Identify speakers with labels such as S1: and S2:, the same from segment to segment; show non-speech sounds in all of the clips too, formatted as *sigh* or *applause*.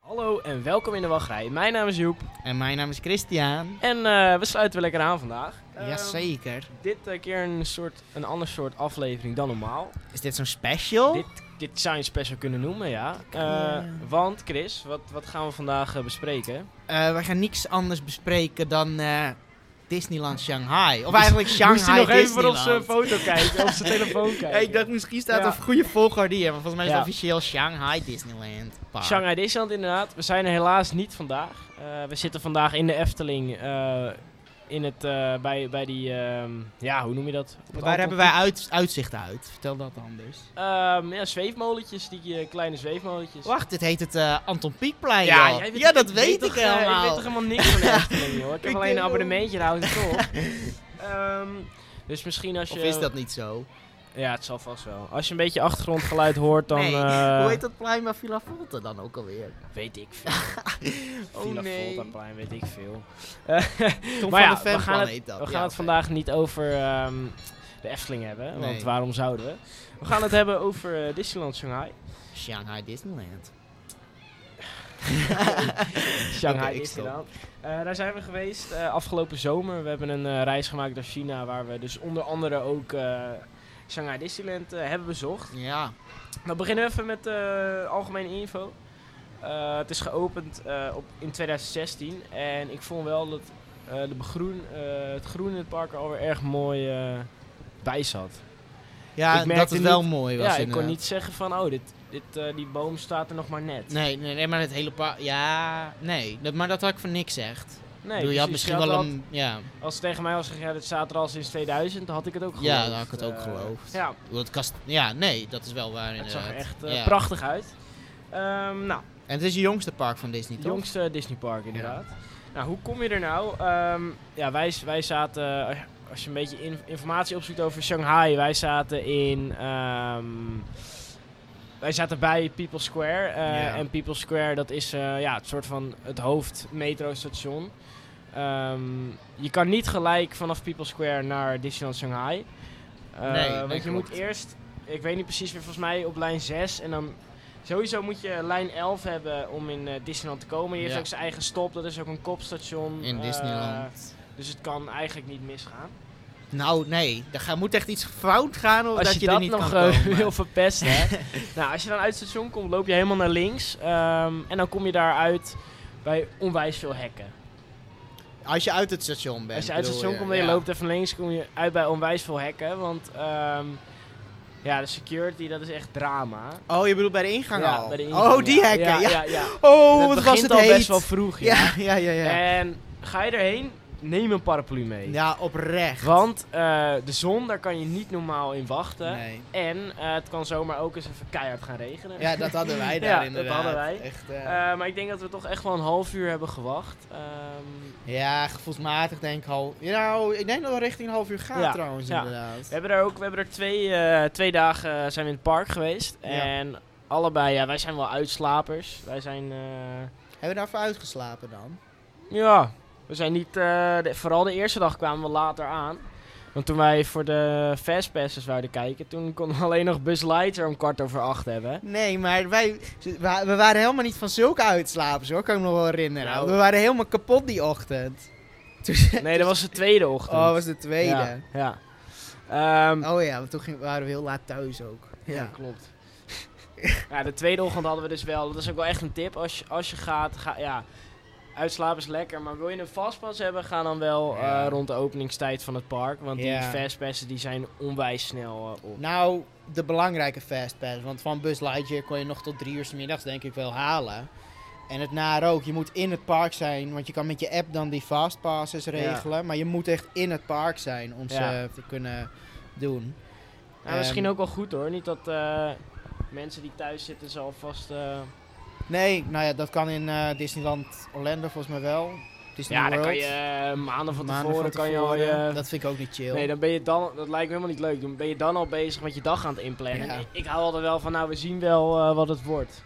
S1: Hallo en welkom in de wachtrij. Mijn naam is Joep
S2: En mijn naam is Christian.
S1: en eh, we sluiten weer lekker aan vandaag. Ehm,
S2: Jazeker.
S1: Dit eh, keer een, soort, een ander soort aflevering dan normaal.
S2: Is dit zo'n special?
S1: Dit, dit zou je een special kunnen noemen, ja. Eh,
S2: Oh. Ja.
S1: Want Chris, wat, wat gaan we vandaag eh, bespreken?
S2: Eh, we gaan niks anders bespreken dan eh, Disneyland Shanghai. Of *laughs* eigenlijk Shanghai
S1: Moest hij nog even voor op
S2: Disneyland.
S1: zijn foto kijken, op zijn telefoon kijken.
S2: eh, *laughs* Ja, ik dacht misschien staat
S1: Ja.
S2: er een goede volgorde hier, maar volgens mij is het
S1: Ja.
S2: officieel Shanghai Disneyland Park.
S1: Shanghai Disneyland inderdaad. We zijn er helaas niet vandaag. Eh, we zitten vandaag in de Efteling eh, in het, eh, bij, bij die, ehm, ja, hoe noem je dat? Op het
S2: Waar hebben
S1: Anton-
S2: wij uit, uitzicht uit? Vertel dat anders.
S1: Ehm, ja, zweefmolentjes, die eh, kleine zweefmolentjes.
S2: Wacht, dit heet het eh, Anton Pieckplein, joh.
S1: jij
S2: ja, dat
S1: ik
S2: weet ik
S1: toch, eh,
S2: helemaal.
S1: ik weet toch helemaal niks
S2: *laughs*
S1: van de Efteling, hoor. Ik heb
S2: Ik
S1: alleen een
S2: denk-
S1: abonnementje, daar houdt het op.
S2: *laughs*
S1: Ehm, dus misschien als je...
S2: Of is dat niet zo?
S1: Ja, het zal vast wel. Als je een beetje achtergrondgeluid hoort, dan...
S2: nee,
S1: eh,
S2: *laughs* hoe heet dat plein bij Villa Volta dan ook alweer?
S1: Weet ik veel.
S2: Oh,
S1: Villa
S2: nee.
S1: Voltaplein, weet ik veel. Eh,
S2: Tom
S1: Maar
S2: van
S1: ja,
S2: de
S1: we gaan
S2: Fanplan
S1: het-
S2: heet dat.
S1: we gaan
S2: ja,
S1: het
S2: oké.
S1: vandaag niet over ehm, de Efteling hebben, want
S2: Nee.
S1: waarom zouden we? We gaan het hebben over eh, Disneyland Shanghai.
S2: Shanghai
S1: *laughs*
S2: Disneyland.
S1: Shanghai
S2: Oké, ik
S1: Disneyland. Eh, daar zijn we geweest eh, afgelopen zomer. We hebben een eh, reis gemaakt naar China, waar we dus onder andere ook eh, Shanghai Disneyland eh, hebben bezocht.
S2: Ja.
S1: Dan beginnen we even met eh, algemene info. Eh, het is geopend eh, op, in 2016 en ik vond wel dat eh, de begroen, eh, het groen in het park er alweer erg mooi eh, bij zat.
S2: Ja,
S1: Ik
S2: dat
S1: merkte
S2: het wel mooi was eh,
S1: Ja, ik kon
S2: inderdaad.
S1: niet zeggen van, oh, dit, dit, eh, die boom staat er nog maar net.
S2: Nee, nee, nee, maar het hele pa... Ja, nee. Dat, maar dat had ik voor niks echt.
S1: Nee,
S2: Nee, je had
S1: precies.
S2: misschien wel
S1: al-
S2: een... Ja,
S1: Als het tegen mij was gezegd, ja, dit staat er al sinds 2000, dan had ik het ook geloofd.
S2: Ja, dan had ik het ook
S1: Eh,
S2: geloofd.
S1: Ja,
S2: ik bedoel, het kast... Ja, nee, dat is wel waar
S1: het
S2: inderdaad.
S1: zag er echt eh,
S2: Ja.
S1: prachtig uit. Ehm, nou,
S2: En het is het jongste park van Disney,
S1: het
S2: toch?
S1: jongste Disneypark eh, inderdaad. Nou, hoe kom je er nou? Ehm, ja, wij, wij zaten, eh, als je een beetje in- informatie opzoekt over Shanghai, wij zaten in... ehm, wij zaten bij People Square. eh,
S2: Ja.
S1: En People Square, dat is eh, ja, het soort van het hoofdmetrostation. Ehm je kan niet gelijk vanaf People Square naar Disneyland Shanghai. Eh,
S2: Nee, nee,
S1: want je
S2: klopt.
S1: moet eerst, ik weet niet precies, weer volgens mij op lijn 6. En dan sowieso moet je lijn 11 hebben om in eh, Disneyland te komen. Je heeft
S2: Ja.
S1: ook zijn eigen stop, dat is ook een kopstation.
S2: In
S1: eh,
S2: Disneyland.
S1: Dus het kan eigenlijk niet misgaan.
S2: Nou, nee. Er ga- moet echt iets fout gaan of
S1: Als
S2: Oh, dat
S1: je,
S2: je, er
S1: dat
S2: niet
S1: nog
S2: kan
S1: eh, *laughs*
S2: komen.
S1: wil verpesten.
S2: *laughs*
S1: hè. nou, als je dan uit het station komt, loop je helemaal naar links. ehm, en dan kom je daaruit bij onwijs veel hekken.
S2: Als je uit het station bent.
S1: Als je uit het
S2: bedoel
S1: station komt en je
S2: ja.
S1: loopt even links, kom je uit bij onwijs veel hekken. Want ehm, ja, de security, dat is echt drama.
S2: Oh, je bedoelt bij de ingang
S1: Ja,
S2: al?
S1: bij de ingang,
S2: oh, die hekken. Ja,
S1: ja, ja, ja.
S2: Oh,
S1: het
S2: wat was
S1: begint
S2: het
S1: al
S2: heet.
S1: best wel vroeg, ja.
S2: Ja, ja, ja. Ja,
S1: En ga je erheen, neem een paraplu mee.
S2: ja oprecht.
S1: Want eh, de zon, daar kan je niet normaal in wachten.
S2: Nee.
S1: En eh, het kan zomaar ook eens even keihard gaan regenen.
S2: Ja, dat hadden wij
S1: *laughs*
S2: daar
S1: Ja, dat
S2: inderdaad.
S1: hadden wij.
S2: Echt, eh,
S1: Eh, maar ik denk dat we toch echt wel een half uur hebben gewacht. Ehm,
S2: ja, gevoelsmatig denk ik al. Nou, ik denk dat we richting een half uur gaan
S1: Ja,
S2: trouwens
S1: ja.
S2: inderdaad.
S1: we hebben er ook we hebben er twee, eh, twee dagen eh, zijn we in het park geweest.
S2: Ja.
S1: En allebei, ja, wij zijn wel uitslapers. Wij zijn, eh,
S2: Hebben we daarvoor uitgeslapen dan?
S1: ja, we zijn niet, eh, de- vooral de eerste dag kwamen we later aan. Want toen wij voor de fastpasses zouden kijken, toen konden we *laughs* alleen nog Bus Lighter om kwart over acht hebben.
S2: Nee, maar wij, we waren helemaal niet van zulke uitslapers hoor, kan ik me nog wel herinneren.
S1: Nou.
S2: We waren helemaal kapot die ochtend. Toen-
S1: Nee, dat was de tweede ochtend.
S2: *laughs* Oh, was de tweede.
S1: Ja. ja. Ehm,
S2: Oh ja, want toen ging- waren we heel laat thuis ook.
S1: ja, klopt. *laughs* ja, de tweede ochtend hadden we dus wel. Dat is ook wel echt een tip. Als je, als je gaat, ga, ja, uitslapen is lekker. Maar wil je een vastpas hebben, ga dan wel
S2: Ja.
S1: eh, rond de openingstijd van het park. Want
S2: Ja.
S1: die fastpassen die zijn onwijs snel eh, op.
S2: Nou, de belangrijke fastpass. Want van Bus Lightyear kon je nog tot drie uur 's middags denk ik wel halen. En het nare ook, je moet in het park zijn. Want je kan met je app dan die fastpasses regelen. Maar je moet echt in het park zijn om ze
S1: Ja.
S2: te kunnen doen.
S1: Nou, misschien
S2: ehm,
S1: ook wel goed hoor. Niet dat eh, mensen die thuis zitten ze alvast... eh,
S2: Nee, nou ja, dat kan in eh, Disneyland Orlando volgens mij wel. Disney
S1: ja, dan
S2: World.
S1: kan je eh, maanden van
S2: Maanden
S1: tevoren,
S2: van
S1: kan je al
S2: tevoren.
S1: je...
S2: Dat vind ik ook niet chill.
S1: Nee, dan ben je dan, dat lijkt me helemaal niet leuk. Dan ben je dan al bezig met je dag aan het inplannen.
S2: Ja.
S1: Ik, ik hou altijd wel van, nou, we zien wel eh, wat het wordt.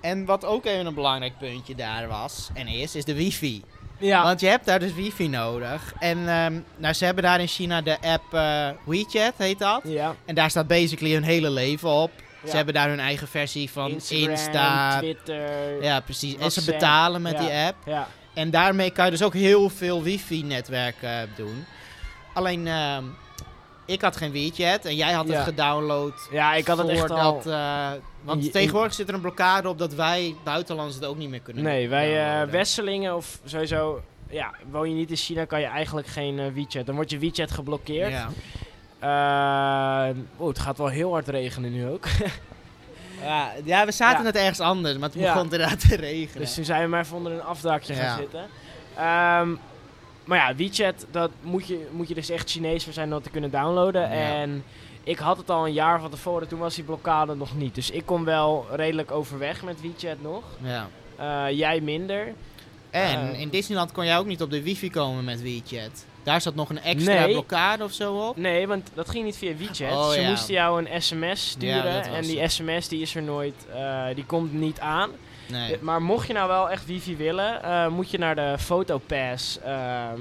S2: En wat ook even een belangrijk puntje daar was en is, is de wifi.
S1: Ja,
S2: Want je hebt daar dus wifi nodig. En ehm, nou, ze hebben daar in China de app eh, WeChat, heet dat.
S1: ja.
S2: En daar staat basically hun hele leven op. Ze hebben daar hun eigen versie van
S1: Instagram,
S2: Insta.
S1: Twitter.
S2: Ja, precies. En ze
S1: WhatsApp,
S2: betalen met
S1: ja.
S2: die app.
S1: ja.
S2: En daarmee kan je dus ook heel veel wifi-netwerk eh, doen. Alleen, ehm, ik had geen WeChat en jij had
S1: Ja.
S2: het gedownload.
S1: Ja, ik had het echt al...
S2: voordat, eh, want
S1: Je-
S2: tegenwoordig zit er een blokkade op dat wij buitenlanders het ook niet meer kunnen
S1: Nee, wij eh
S2: downloaden.
S1: Wesselingen of sowieso... Ja, woon je niet in China, kan je eigenlijk geen eh, WeChat. Dan wordt je WeChat geblokkeerd.
S2: Ja.
S1: Eh, Oeh, het gaat wel heel hard regenen nu ook.
S2: Ja, ja, we zaten
S1: Ja.
S2: net ergens anders, maar het
S1: Ja.
S2: begon inderdaad te regenen.
S1: *laughs* Dus toen zijn we maar even onder een afdakje gaan
S2: Ja.
S1: zitten. Ehm, maar ja, WeChat, dat moet je, moet je dus echt Chinees voor zijn om dat te kunnen downloaden.
S2: Ja.
S1: En ik had het al een jaar van tevoren, toen was die blokkade nog niet. Dus ik kon wel redelijk overweg met WeChat nog.
S2: ja.
S1: Eh, jij minder.
S2: En
S1: Eh,
S2: in Disneyland kon jij ook niet op de wifi komen met WeChat. Daar zat nog een extra
S1: Nee.
S2: blokkade of zo op.
S1: Nee, want dat ging niet via WeChat.
S2: Oh,
S1: Ze
S2: ja.
S1: moesten jou een sms
S2: Ja,
S1: sturen.
S2: dat was
S1: en die sms die is er nooit, eh, die komt niet aan.
S2: Nee.
S1: Maar mocht je nou wel echt wifi willen, eh, moet je naar de Photopass ehm,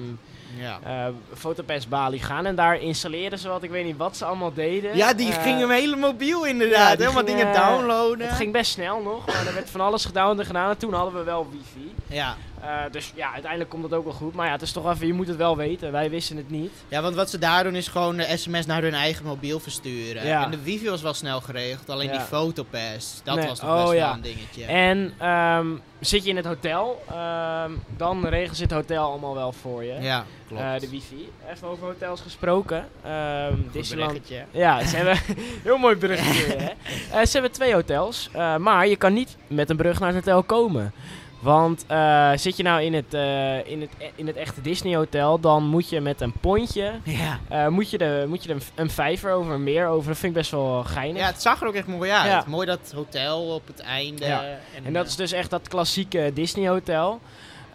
S2: Ja.
S1: eh Fotopass Bali gaan. En daar installeren ze wat. Ik weet niet wat ze allemaal deden.
S2: Ja, die
S1: Eh,
S2: ging hem hele mobiel
S1: ja,
S2: inderdaad.
S1: die
S2: helemaal
S1: ging,
S2: dingen
S1: eh,
S2: downloaden.
S1: Het ging best snel nog. Maar er werd van alles gedownload en gedaan. En toen hadden we wel wifi.
S2: Ja.
S1: Eh, dus ja, uiteindelijk komt dat ook wel goed. Maar ja, het is toch even, je moet het wel weten. Wij wisten het niet.
S2: ja, want wat ze daar doen is gewoon de sms naar hun eigen mobiel versturen.
S1: Ja.
S2: En de wifi was wel snel geregeld, alleen
S1: Ja.
S2: die fotopass, dat
S1: Nee,
S2: was nog
S1: oh
S2: best
S1: ja.
S2: wel een dingetje.
S1: En ehm, zit je in het hotel, ehm, dan regelen ze het hotel allemaal wel voor je.
S2: ja, klopt.
S1: Eh, de wifi. Even over hotels gesproken. Ehm
S2: Goed
S1: Disneyland
S2: bruggetje.
S1: Ja, ze hebben *laughs* heel mooi bruggetje weer, hè. Eh, ze hebben twee hotels, eh, maar je kan niet met een brug naar het hotel komen. Want eh, zit je nou in het, eh, in, het, e- in het echte Disney hotel, dan moet je met een pontje,
S2: Ja.
S1: eh, moet je, de, moet je er een, een vijver over, een meer over. Dat vind ik best wel geinig.
S2: ja, het zag er ook echt mooi uit.
S1: Ja.
S2: Mooi dat hotel op het einde.
S1: Ja.
S2: En, eh,
S1: En dat is dus echt dat klassieke Disney hotel.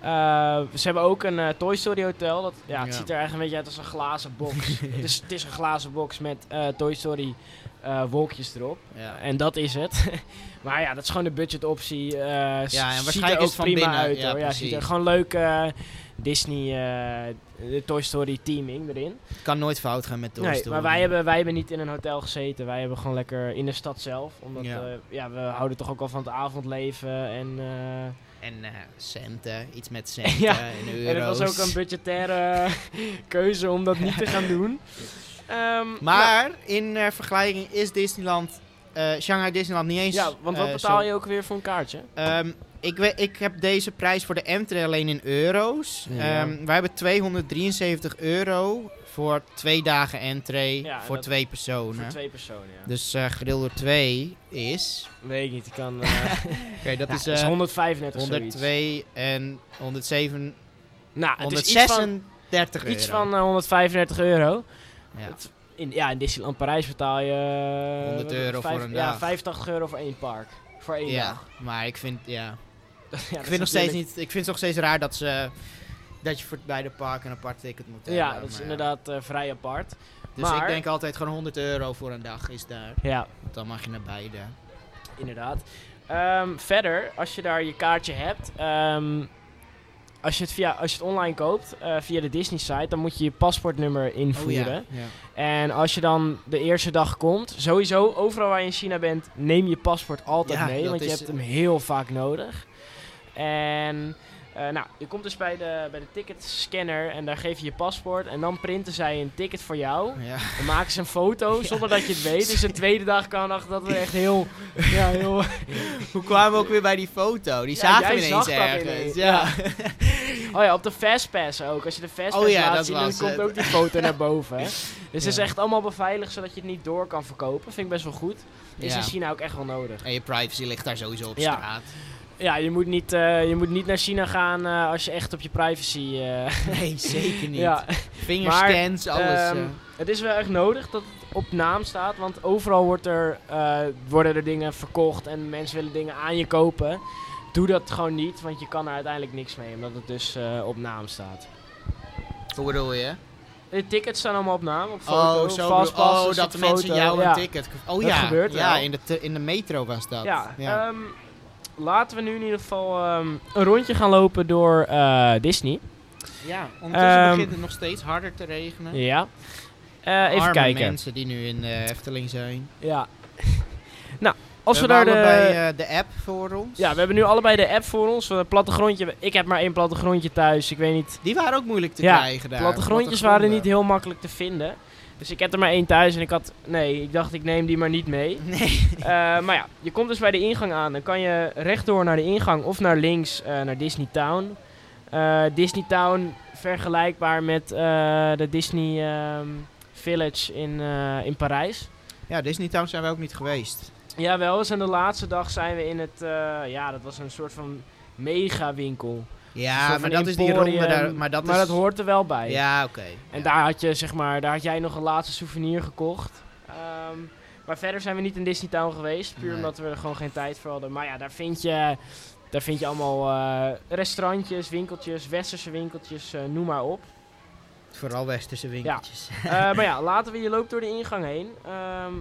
S1: Eh, ze hebben ook een eh, Toy Story hotel. Dat, ja, het
S2: Ja.
S1: ziet er eigenlijk een beetje uit als een glazen box. het, is, het is een glazen box met eh, Toy Story eh, wolkjes erop.
S2: eh, ja.
S1: En dat is het. *laughs* maar ja, dat is gewoon de budgetoptie. eh ja, en
S2: waarschijnlijk
S1: ziet er ook
S2: is het van
S1: prima
S2: binnen,
S1: uit.
S2: ja,
S1: hoor. Ja, ziet er
S2: precies.
S1: gewoon leuk eh, Disney, eh, de Toy Story teaming erin.
S2: Het kan nooit fout gaan met Toy
S1: Nee,
S2: Story.
S1: maar wij hebben, wij hebben niet in een hotel gezeten. Wij hebben gewoon lekker in de stad zelf. Omdat
S2: Ja.
S1: eh, ja, we houden toch ook al van het avondleven. En, eh,
S2: En eh, centen, iets
S1: *laughs*
S2: met centen
S1: Ja.
S2: en
S1: en het
S2: euro's.
S1: was ook een budgettaire *laughs* keuze om dat niet te gaan
S2: *laughs*
S1: doen. Ehm,
S2: Maar in eh, vergelijking is Disneyland, eh, Shanghai Disneyland niet
S1: nou,
S2: eens...
S1: ja, want wat
S2: eh,
S1: betaal
S2: zo-
S1: je ook weer voor een kaartje?
S2: Ehm, ik, we- ik heb deze prijs voor de entree alleen in euro's.
S1: Ja.
S2: Ehm, wij hebben 273 euro voor twee dagen entree
S1: Ja, en
S2: voor
S1: dat-
S2: twee personen.
S1: Voor twee personen, ja.
S2: Dus eh gedeeld door twee is...
S1: Weet ik niet, ik
S2: *laughs*
S1: kan... eh,
S2: Oké, dat
S1: Ja,
S2: is...
S1: het is
S2: eh,
S1: 135 zoiets.
S2: 102 en 107,
S1: Nou, het is iets van,
S2: 136 euro.
S1: iets van eh, 135 euro.
S2: Ja.
S1: Het- in, ja, in Disneyland Parijs betaal je... eh,
S2: 100
S1: wat-
S2: euro
S1: vijf-
S2: voor een
S1: Ja,
S2: dag.
S1: 85 euro voor één park. Voor één
S2: ja,
S1: dag. *laughs*
S2: maar ik vind, ja.
S1: eh, Ja,
S2: ik vind nog steeds niet, ik vind het nog steeds raar dat ze, dat je voor beide parken een apart ticket moet hebben.
S1: Ja, dat is
S2: maar
S1: inderdaad eh, vrij apart.
S2: Dus
S1: maar-
S2: ik denk altijd gewoon 100 euro voor een dag is daar.
S1: Ja,
S2: Want dan mag je naar beide.
S1: inderdaad. Ehm, verder, als je daar je kaartje hebt... ehm, als je, het via, als je het online koopt, eh, via de Disney site, dan moet je je paspoortnummer invoeren.
S2: Oh ja.
S1: En als je dan de eerste dag komt, sowieso overal waar je in China bent, neem je paspoort altijd
S2: Ja,
S1: mee,
S2: dat
S1: want je
S2: is- eh,
S1: hebt hem heel vaak nodig. En eh, nou, je komt dus bij de, bij de ticketscanner en daar geef je je paspoort en dan printen zij een ticket voor jou.
S2: Ja. *laughs*
S1: Dan maken ze een foto zonder dat je het weet. Dus de tweede dag kan achter dat we echt heel, ja, heel
S2: Hoe kwamen we ook weer bij die foto? Die
S1: Ja,
S2: zagen
S1: jij
S2: we ineens
S1: zag dat
S2: ergens.
S1: ineens,
S2: Ja. *laughs*
S1: Oh ja, op de Fastpass ook. Als je de Fastpass
S2: Oh ja,
S1: laat
S2: dat
S1: zien, dan
S2: was
S1: komt
S2: het.
S1: ook die foto naar
S2: *laughs*
S1: boven. hè. Dus het is
S2: Ja.
S1: echt allemaal beveiligd, zodat je het niet door kan verkopen. Vind ik best wel goed. Is
S2: Ja.
S1: in China ook echt wel nodig.
S2: En je privacy ligt daar sowieso op
S1: Ja.
S2: straat. *laughs*
S1: Ja, je moet niet, eh, je moet niet naar China gaan eh, als je echt op je privacy... eh,
S2: Nee, zeker niet.
S1: *laughs* ja,
S2: Vingerscans, alles.
S1: ehm,
S2: eh.
S1: het is wel echt nodig dat het op naam staat. Want overal wordt er, eh, worden er dingen verkocht en mensen willen dingen aan je kopen. Doe dat gewoon niet, want je kan er uiteindelijk niks mee. Omdat het dus eh, op naam staat.
S2: Hoe bedoel je?
S1: De tickets staan allemaal op naam, op foto,
S2: Oh, zo bedoel-
S1: fastpass,
S2: oh
S1: dus
S2: dat
S1: op
S2: de mensen
S1: foto,
S2: jou
S1: ja.
S2: een ticket... ge- Oh
S1: Dat
S2: ja,
S1: gebeurt
S2: ja
S1: wel.
S2: in, de te- in de metro was dat.
S1: Ja, ehm, laten we nu in ieder geval ehm, een rondje gaan lopen door eh, Disney.
S2: Ja, ondertussen
S1: ehm,
S2: begint het nog steeds harder te regenen.
S1: Ja. Eh, even
S2: Hm. Arme
S1: kijken.
S2: eh,
S1: *laughs*
S2: mensen die nu in de Efteling zijn.
S1: Ja. Nou, Als we, naar de...
S2: allebei, eh, de app voor ons.
S1: ja, we hebben nu allebei de app voor ons. eh, plattegrondje. Ik heb maar één plattegrondje thuis. Ik weet niet.
S2: Die waren ook moeilijk te
S1: Ja,
S2: krijgen daar.
S1: plattegrondjes waren niet heel makkelijk te vinden. Dus ik heb er maar één thuis en ik had... Nee, ik dacht ik neem die maar niet mee.
S2: *laughs* Nee.
S1: Eh, maar ja, je komt dus bij de ingang aan. Dan kan je rechtdoor naar de ingang of naar links eh, naar Disney Town. Eh, Disney Town vergelijkbaar met eh, de Disney ehm, Village in, eh, in Parijs.
S2: Ja, Disney Town zijn we ook niet geweest.
S1: Jawel, dus en de laatste dag zijn we in het... eh, ja, dat was een soort van mega winkel. Een
S2: Ja,
S1: soort
S2: maar
S1: van
S2: dat is die
S1: emporium,
S2: ronde daar. Maar dat,
S1: maar
S2: is,
S1: dat hoort er wel bij.
S2: Ja, oké.
S1: En
S2: Ja.
S1: daar had je, zeg maar, daar had jij nog een laatste souvenir gekocht. Ehm, maar verder zijn we niet in Disney Town geweest, puur
S2: Nee.
S1: omdat we er gewoon geen tijd voor hadden. Maar ja, daar vind je, daar vind je allemaal eh, restaurantjes, winkeltjes, westerse winkeltjes, eh, noem maar
S2: *laughs*
S1: op.
S2: Vooral westerse winkeltjes.
S1: Eh, maar ja, laten we je loopt door de ingang heen. Ehm,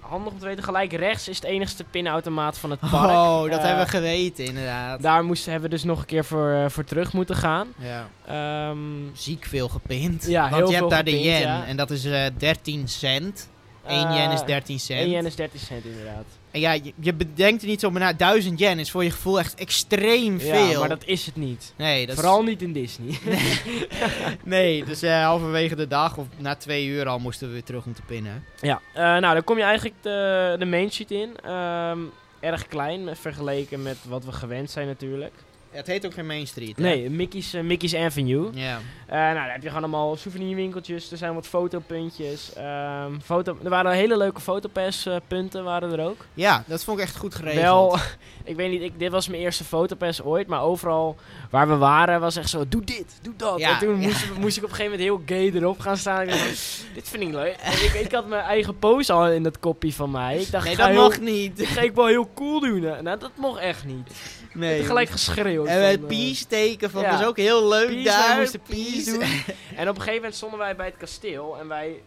S1: handig om te weten, gelijk rechts is het enigste pinautomaat van het park.
S2: Oh, dat
S1: Eh,
S2: hebben we geweten, inderdaad.
S1: Daar moesten, hebben we dus nog een keer voor, eh, voor terug moeten gaan.
S2: Ja.
S1: Ehm,
S2: Ziek veel gepind.
S1: Ja,
S2: Want
S1: heel
S2: je
S1: veel
S2: hebt daar de
S1: gepind,
S2: yen.
S1: ja.
S2: En dat is eh 13 cent. 1 yen is
S1: eh,
S2: 13 cent.
S1: 1 yen is 13 cent inderdaad.
S2: En ja, je, je bedenkt er niet zo, maar nou, 1000 yen is voor je gevoel echt extreem veel.
S1: Ja, maar dat is het niet.
S2: nee, dat is-
S1: Vooral niet in Disney.
S2: *laughs*
S1: *laughs*
S2: nee, dus eh, halverwege de dag of na twee uur al moesten we weer terug om te pinnen.
S1: Ja, eh, nou dan kom je eigenlijk eh, de, de main sheet in. Ehm, erg klein eh, vergeleken met wat we gewend zijn natuurlijk.
S2: Het heet ook geen Main Street. hè?
S1: Nee, Mickey's, eh, Mickey's Avenue.
S2: Ja.
S1: Eh, nou, daar heb je gewoon allemaal souvenirwinkeltjes. Er zijn wat fotopuntjes. ehm, foto, er waren hele leuke fotopass-punten waren er ook.
S2: ja, dat vond ik echt goed geregeld.
S1: Wel, *laughs* ik weet niet, ik, dit was mijn eerste fotopass ooit. Maar overal waar we waren was echt zo, doe dit, doe dat.
S2: Ja,
S1: en toen
S2: ja.
S1: moest, moest ik op een gegeven moment heel gay erop gaan staan. Ik dacht,
S2: *laughs*
S1: dit vind ik leuk. En ik, ik had mijn eigen pose al in dat kopje van mij. Ik dacht, *laughs*
S2: nee,
S1: ik ga
S2: dat
S1: heel-
S2: mocht niet.
S1: Dat ga ik wel heel cool doen. hè. Nou, dat mocht echt niet.
S2: Nee.
S1: Ik gelijk geschreeuwd.
S2: En het
S1: van, eh,
S2: peace teken vond ik
S1: ja.
S2: dus ook heel
S1: eh,
S2: leuk
S1: peace, wij
S2: daar.
S1: moesten peace
S2: Peace.
S1: doen. En op een gegeven moment stonden wij bij het kasteel. En wij...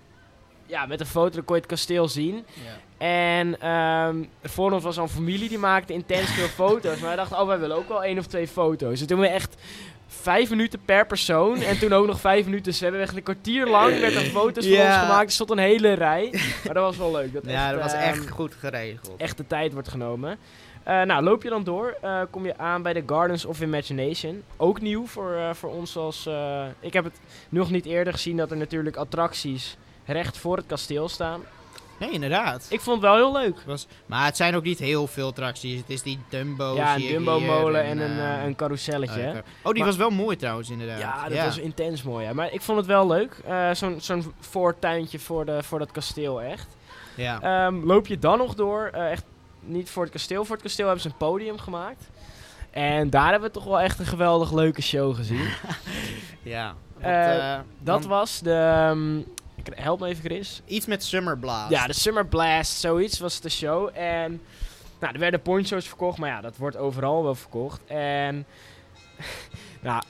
S1: Ja, met een foto kon je het kasteel zien.
S2: Ja.
S1: En ehm voor ons was al een familie die maakte intens
S2: *laughs*
S1: veel foto's. Maar wij dachten, oh, wij willen ook wel één of twee foto's. En toen we echt vijf minuten per persoon. En toen ook nog vijf minuten. Dus we hebben echt een kwartier
S2: *laughs*
S1: lang werd er foto's van
S2: Ja.
S1: ons gemaakt. Er stond een hele rij. Maar dat was wel leuk. Dat,
S2: *laughs* Ja,
S1: echt,
S2: dat was
S1: ehm,
S2: echt goed geregeld.
S1: echt de tijd wordt genomen. Eh, nou, loop je dan door, eh, kom je aan bij de Gardens of Imagination. Ook nieuw voor, eh, voor ons als... eh, ik heb het nog niet eerder gezien dat er natuurlijk attracties recht voor het kasteel staan.
S2: Nee, inderdaad.
S1: Ik vond het wel heel leuk.
S2: Was, maar het zijn ook niet heel veel attracties. Het is die Dumbo.
S1: ja,
S2: zie
S1: een
S2: ik
S1: Dumbo-molen
S2: hier
S1: en een,
S2: eh,
S1: eh, een carouselletje.
S2: oh, oké. Oh, die
S1: Maar-
S2: was wel mooi trouwens, inderdaad.
S1: Ja, dat was intens mooi. Hè. Maar ik vond het wel leuk. Eh, Zo'n zo'n voortuintje voor, de, voor dat kasteel echt.
S2: Ja.
S1: Ehm, loop je dan nog door, eh, echt niet voor het kasteel. Voor het kasteel hebben ze een podium gemaakt. En daar hebben we toch wel echt een geweldig leuke show *laughs* gezien.
S2: ja. Want,
S1: eh,
S2: eh,
S1: Dat
S2: dan
S1: was de... ehm, ik- help me even, Chris.
S2: Iets met Summer Blast.
S1: Ja, dus- de Summer Blast, zoiets was de show. En nou, er werden poncho's verkocht, maar ja, dat wordt overal wel verkocht. En *laughs* nou,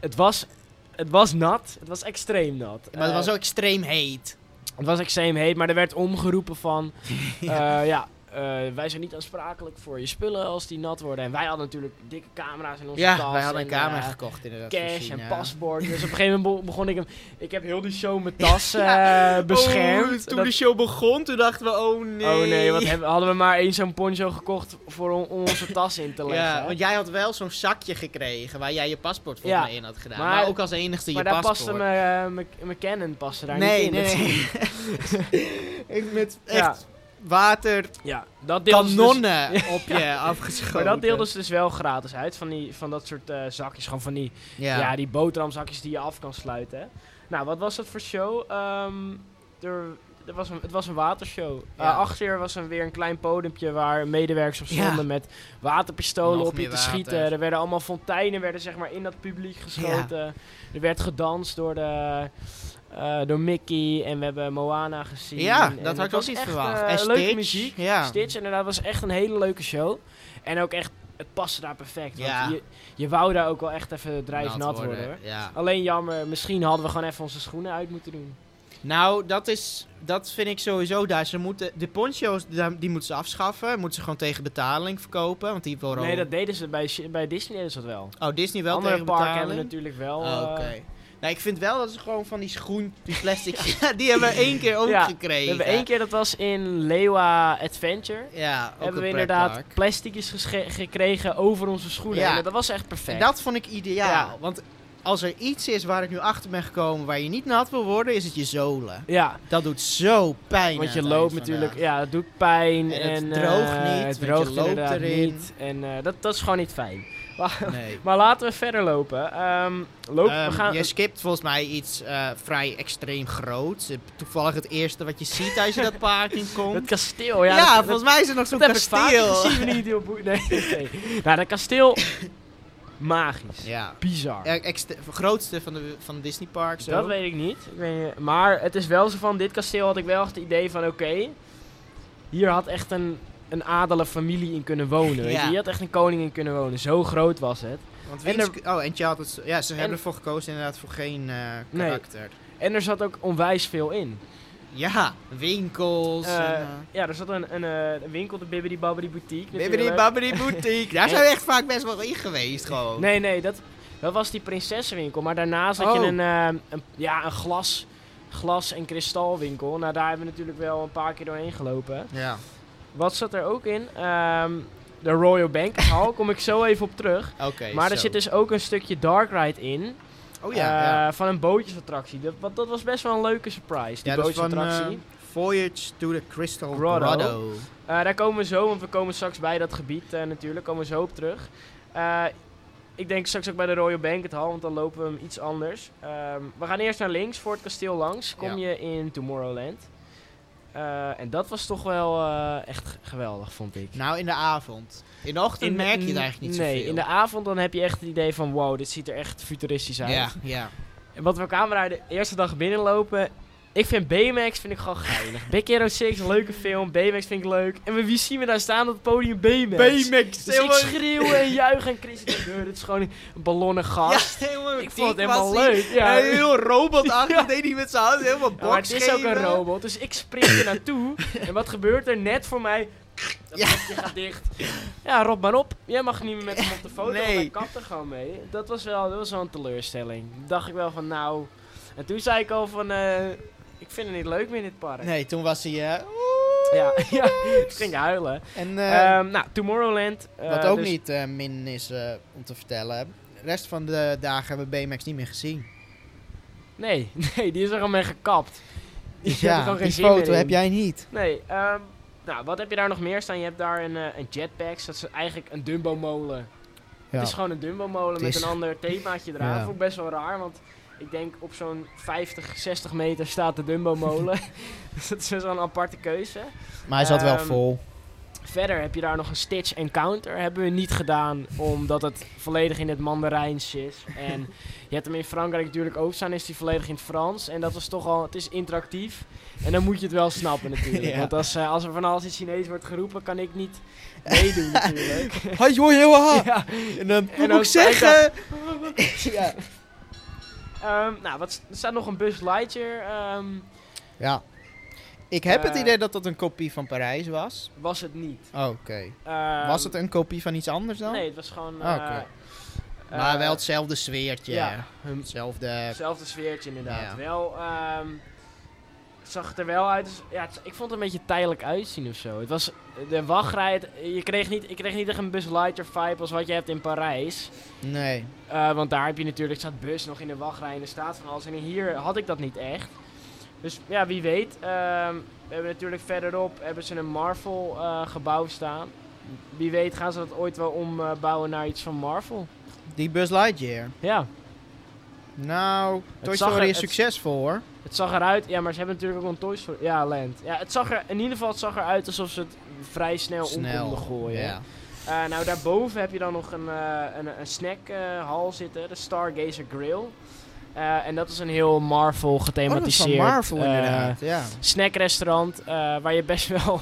S1: het was, het was nat. Het was extreem nat.
S2: Maar het was
S1: Eh,
S2: ook extreem heet.
S1: het was extreem heet, maar er werd omgeroepen
S2: *laughs*
S1: van... ja, ja eh, wij zijn niet aansprakelijk voor je spullen als die nat worden. En wij hadden natuurlijk dikke camera's in onze tas.
S2: Ja, wij hadden een
S1: en,
S2: camera
S1: eh,
S2: gekocht inderdaad. voor
S1: cash en
S2: China.
S1: paspoort. Dus op een gegeven moment be- begon ik hem... Ik heb heel die show
S2: *laughs*
S1: mijn tas eh, beschermd.
S2: Oh, toen
S1: Dat-
S2: de show begon, toen dachten we, oh nee.
S1: Oh nee, wat hebben, hadden we maar één zo'n poncho gekocht voor on- om onze tas in te leggen.
S2: Ja, want jij had wel zo'n zakje gekregen waar jij je paspoort voor
S1: Ja,
S2: mij in had gedaan.
S1: maar-
S2: Maar, ook als enigste
S1: maar
S2: je
S1: daar
S2: paspoort.
S1: paste mijn, eh, mijn- mijn Canon paste daar
S2: nee,
S1: niet in. dus- Dat-
S2: nee, nee. *laughs* Ik Met echt
S1: Ja.
S2: water,
S1: *laughs* Ja, dat deelden ze dus-
S2: kanonnen *laughs* op je
S1: *laughs*
S2: afgeschoten.
S1: maar dat deelden ze dus wel gratis uit, van, die, van dat soort eh, zakjes. Gewoon van die, ja.
S2: Ja,
S1: die boterhamzakjes die je af kan sluiten. hè. Nou, wat was dat voor show? Ehm, er, er was een, het was een watershow. Eh,
S2: Ja.
S1: achter je was een, weer een klein podiumpje waar medewerkers op
S2: Ja.
S1: stonden met waterpistolen
S2: Nog
S1: op je te
S2: meer
S1: schieten.
S2: water.
S1: Er werden allemaal fonteinen werden, zeg maar, in dat publiek geschoten. Er werd gedanst door, de, eh, door Mickey en we hebben Moana gezien.
S2: ja
S1: En
S2: dat had
S1: het
S2: ik ook
S1: was
S2: niet
S1: echt,
S2: verwacht.
S1: eh,
S2: en
S1: leuke
S2: Stitch,
S1: muziek.
S2: Ja.
S1: Stitch inderdaad was echt een hele leuke show. En ook echt, het paste daar perfect.
S2: Ja.
S1: Want je, je wou daar ook wel echt even
S2: Nat
S1: drijfnat worden. hoor.
S2: Ja.
S1: Alleen jammer, misschien hadden we gewoon even onze schoenen uit moeten doen.
S2: Nou, dat, is, dat vind ik sowieso daar. Ze moeten, de poncho's, da- die moeten ze afschaffen. Moeten ze gewoon tegen betaling verkopen. Want die worden
S1: Nee,
S2: al-
S1: dat deden ze bij, Sh- bij Disney deden ze dat wel.
S2: Oh, Disney wel
S1: Andere
S2: tegen
S1: parken hebben
S2: betaling?
S1: natuurlijk wel.
S2: Oh,
S1: eh,
S2: Oké. Nou, ik vind wel dat ze gewoon van die schoen, die plastic, *laughs* Ja, die hebben we één keer ook
S1: Ja,
S2: gekregen.
S1: We hebben één keer, dat was in Lewa Adventure.
S2: Ja, ook
S1: hebben we
S2: een
S1: inderdaad
S2: pretpark.
S1: plasticjes gesche- gekregen over onze schoenen.
S2: Ja.
S1: En dat was echt perfect.
S2: En dat vond ik ideaal.
S1: Ja.
S2: Want als er iets is waar ik nu achter ben gekomen waar je niet nat wil worden, is het je zolen.
S1: ja,
S2: Dat doet zo pijn. aan
S1: want je
S2: het
S1: loopt
S2: eind
S1: natuurlijk,
S2: vandaag.
S1: ja, het doet pijn.
S2: En het
S1: eh,
S2: droogt niet, want
S1: Het
S2: je
S1: droogt
S2: loopt
S1: inderdaad
S2: erin.
S1: niet. En eh, dat, dat is gewoon niet fijn. *laughs*
S2: Nee.
S1: Maar laten we verder lopen. Ehm, loop,
S2: Ehm,
S1: we gaan,
S2: je skipt volgens mij iets eh, vrij extreem groots. Eh, Toevallig het eerste wat je ziet als je
S1: *laughs*
S2: dat park in
S1: het
S2: komt.
S1: kasteel.
S2: Ja,
S1: Ja, dat-
S2: volgens mij is er nog zo'n
S1: dat, dat heb ik vaak.
S2: kasteel.
S1: Dat zien we niet heel boe-
S2: *laughs*
S1: Nee, nee. Nou, dat kasteel, magisch.
S2: Ja.
S1: Bizar.
S2: Eh, extra- grootste van de, van de Disney parks.
S1: Dat weet ik niet. Ik weet niet. Maar het is wel zo van, dit kasteel had ik wel echt het idee van, oké, hier had echt een, een adele familie in kunnen wonen. Weet
S2: Ja.
S1: je? Hier had echt een koning in kunnen wonen. Zo groot was het.
S2: Want
S1: En
S2: Wiens- Oh, en Charlotte... Ja, ze
S1: En-
S2: hebben ervoor gekozen inderdaad voor geen eh,
S1: Nee.
S2: karakter.
S1: En er zat ook onwijs veel in.
S2: Ja, winkels.
S1: Eh,
S2: en, eh,
S1: ja, er zat een, een, eh, een winkel, de Bibbidi Babbidi Boutique.
S2: Bibbidi
S1: natuurlijk.
S2: babbidi boutique. Daar zijn we echt vaak best wel in geweest gewoon.
S1: Nee, nee, dat, dat was die prinsessenwinkel. Maar daarnaast had
S2: Oh.
S1: je een, eh, een, ja, een glas, glas- en kristalwinkel. Nou, daar hebben we natuurlijk wel een paar keer doorheen gelopen.
S2: Ja.
S1: Wat zat er ook in? Ehm, de Royal
S2: *laughs*
S1: Bank Hall, kom ik zo even op terug.
S2: Oké,
S1: Maar er
S2: zo.
S1: zit dus ook een stukje dark ride in.
S2: Oh ja, ja.
S1: eh, Van een bootjesattractie. Dat, wat- dat was best wel een leuke surprise, die
S2: Ja, dat is van
S1: bootjesattractie.
S2: eh, Voyage to the Crystal
S1: Grotto.
S2: Grotto.
S1: Eh, daar komen we zo, want we komen straks bij dat gebied eh, natuurlijk. Komen we zo op terug. Eh, ik denk straks ook bij de Royal Banquet Hall, want dan lopen we hem iets anders. Ehm, we gaan eerst naar links, voor het kasteel langs. Kom
S2: Ja.
S1: je in Tomorrowland. Eh, en dat was toch wel eh, echt geweldig, vond ik.
S2: Nou, in de avond. In de ochtend
S1: In de-
S2: merk je het eigenlijk niet
S1: nee,
S2: zoveel.
S1: in de avond dan heb je echt het idee van wow, dit ziet er echt futuristisch uit.
S2: Ja, ja.
S1: En wat we camera de eerste dag binnenlopen. Ik vind BMX vind ik gewoon geinig. *laughs* Big Hero 6, een leuke film. BMX vind ik leuk. En wie zien we daar staan op het podium? BMX.
S2: BMX.
S1: Dus ik schreeuw en juich en Chris is de deur. Het is gewoon een ballonnen
S2: *laughs* Ja,
S1: gast.
S2: helemaal
S1: ik vond het
S2: dik
S1: helemaal
S2: was hij.
S1: leuk. Ja.
S2: Hij heel robotachtig
S1: Ja.
S2: deed hij met zijn handen helemaal
S1: Ja, maar het
S2: box
S1: is ook een robot, dus ik spring er
S2: *laughs*
S1: naartoe. En wat gebeurt er net voor mij? Dat
S2: Ja.
S1: kopje gaat dicht. Ja, Rob, maar op. Jij mag niet meer met hem op de foto, want
S2: Nee.
S1: hij kapt er gewoon mee. Dat was wel, dat was wel een teleurstelling. Toen dacht ik wel van, nou... En toen zei ik al van, eh, ik vind het niet leuk meer in dit park.
S2: Nee, toen was hij... eh,
S1: Ja, *laughs* ja, ik ging huilen.
S2: en eh,
S1: Ehm, nou, Tomorrowland. eh,
S2: wat ook
S1: dus-
S2: niet eh, min is eh, om te vertellen. De rest van de dagen hebben we BMX niet meer
S1: *laughs*
S2: gezien.
S1: Nee, *laughs* nee, die is er gewoon mee gekapt. Die
S2: Dus
S1: heeft er
S2: ja,
S1: gewoon geen
S2: die
S1: zin meer
S2: foto
S1: in.
S2: heb jij niet.
S1: Nee, ehm, nou, wat heb je daar nog meer staan? Je hebt daar een, eh, een jetpack, dat is eigenlijk een Dumbo-molen.
S2: Ja.
S1: Het is gewoon een Dumbo-molen
S2: Het
S1: met
S2: is-
S1: een ander
S2: *laughs*
S1: themaatje eraan.
S2: Ja.
S1: Dat vond ik best wel raar, want ik denk op zo'n 50, 60 meter staat de
S2: *laughs*
S1: Dumbo-molen. *laughs* dus dat is best wel een aparte keuze.
S2: Maar hij zat wel
S1: Ehm, *laughs*
S2: vol.
S1: Verder heb je daar nog een Stitch Encounter. Hebben we niet gedaan, omdat het volledig in het Mandarijns is. En je hebt hem in Frankrijk natuurlijk ook staan, is die volledig in het Frans. En dat is toch al, het is interactief. En dan moet je het wel snappen natuurlijk.
S2: *laughs* Ja.
S1: Want als, eh, als er van alles in Chinees wordt geroepen, kan ik niet
S2: *laughs*
S1: meedoen natuurlijk.
S2: Hij joh, joh,
S1: ja.
S2: En dan
S1: En dan zei
S2: *laughs* ja.
S1: Ehm, nou, wat, s- er staat nog een bus Lightyear. ehm,
S2: ja. Ik heb het
S1: Eh,
S2: idee dat dat een kopie van Parijs was.
S1: was het niet.
S2: Oké.
S1: Ehm,
S2: was het een kopie van iets anders dan?
S1: Nee, het was gewoon...
S2: Ah,
S1: eh,
S2: oké.
S1: eh,
S2: maar wel hetzelfde sfeertje.
S1: ja.
S2: Hetzelfde...
S1: Hetzelfde sfeertje inderdaad.
S2: Ja.
S1: Wel, ehm, het zag het er wel uit. als- Ja, het- ik vond het een beetje tijdelijk uitzien of zo. Het was de wachtrij. Je kreeg niet, ik kreeg niet echt een bus lighter vibe als wat je hebt in Parijs.
S2: Nee.
S1: Eh, want daar heb je natuurlijk, staat bus nog in de wachtrij en er staat van alles. En hier had ik dat niet echt. Dus ja, wie weet. Ehm, we hebben natuurlijk verderop hebben ze een Marvel eh, gebouw staan. Wie weet gaan ze dat ooit wel ombouwen naar iets van Marvel.
S2: Die Buzz Lightyear.
S1: Ja.
S2: Nou, Toy
S1: zag er-
S2: Story is
S1: het-
S2: succesvol hoor.
S1: Het zag eruit, ja, maar ze hebben natuurlijk ook een Toy Story. Ja, Land. Ja, het zag er, in ieder geval, het zag eruit alsof ze het vrij snel, om konden gooien.
S2: Ja.
S1: Eh, nou, daarboven heb je dan nog een, eh, een, een snackhal zitten, de Stargazer Grill. Eh, en dat is een heel Marvel
S2: Oh, dat is
S1: gethematiseerd
S2: van Marvel
S1: eh,
S2: inderdaad. Ja.
S1: snackrestaurant eh, waar je best wel,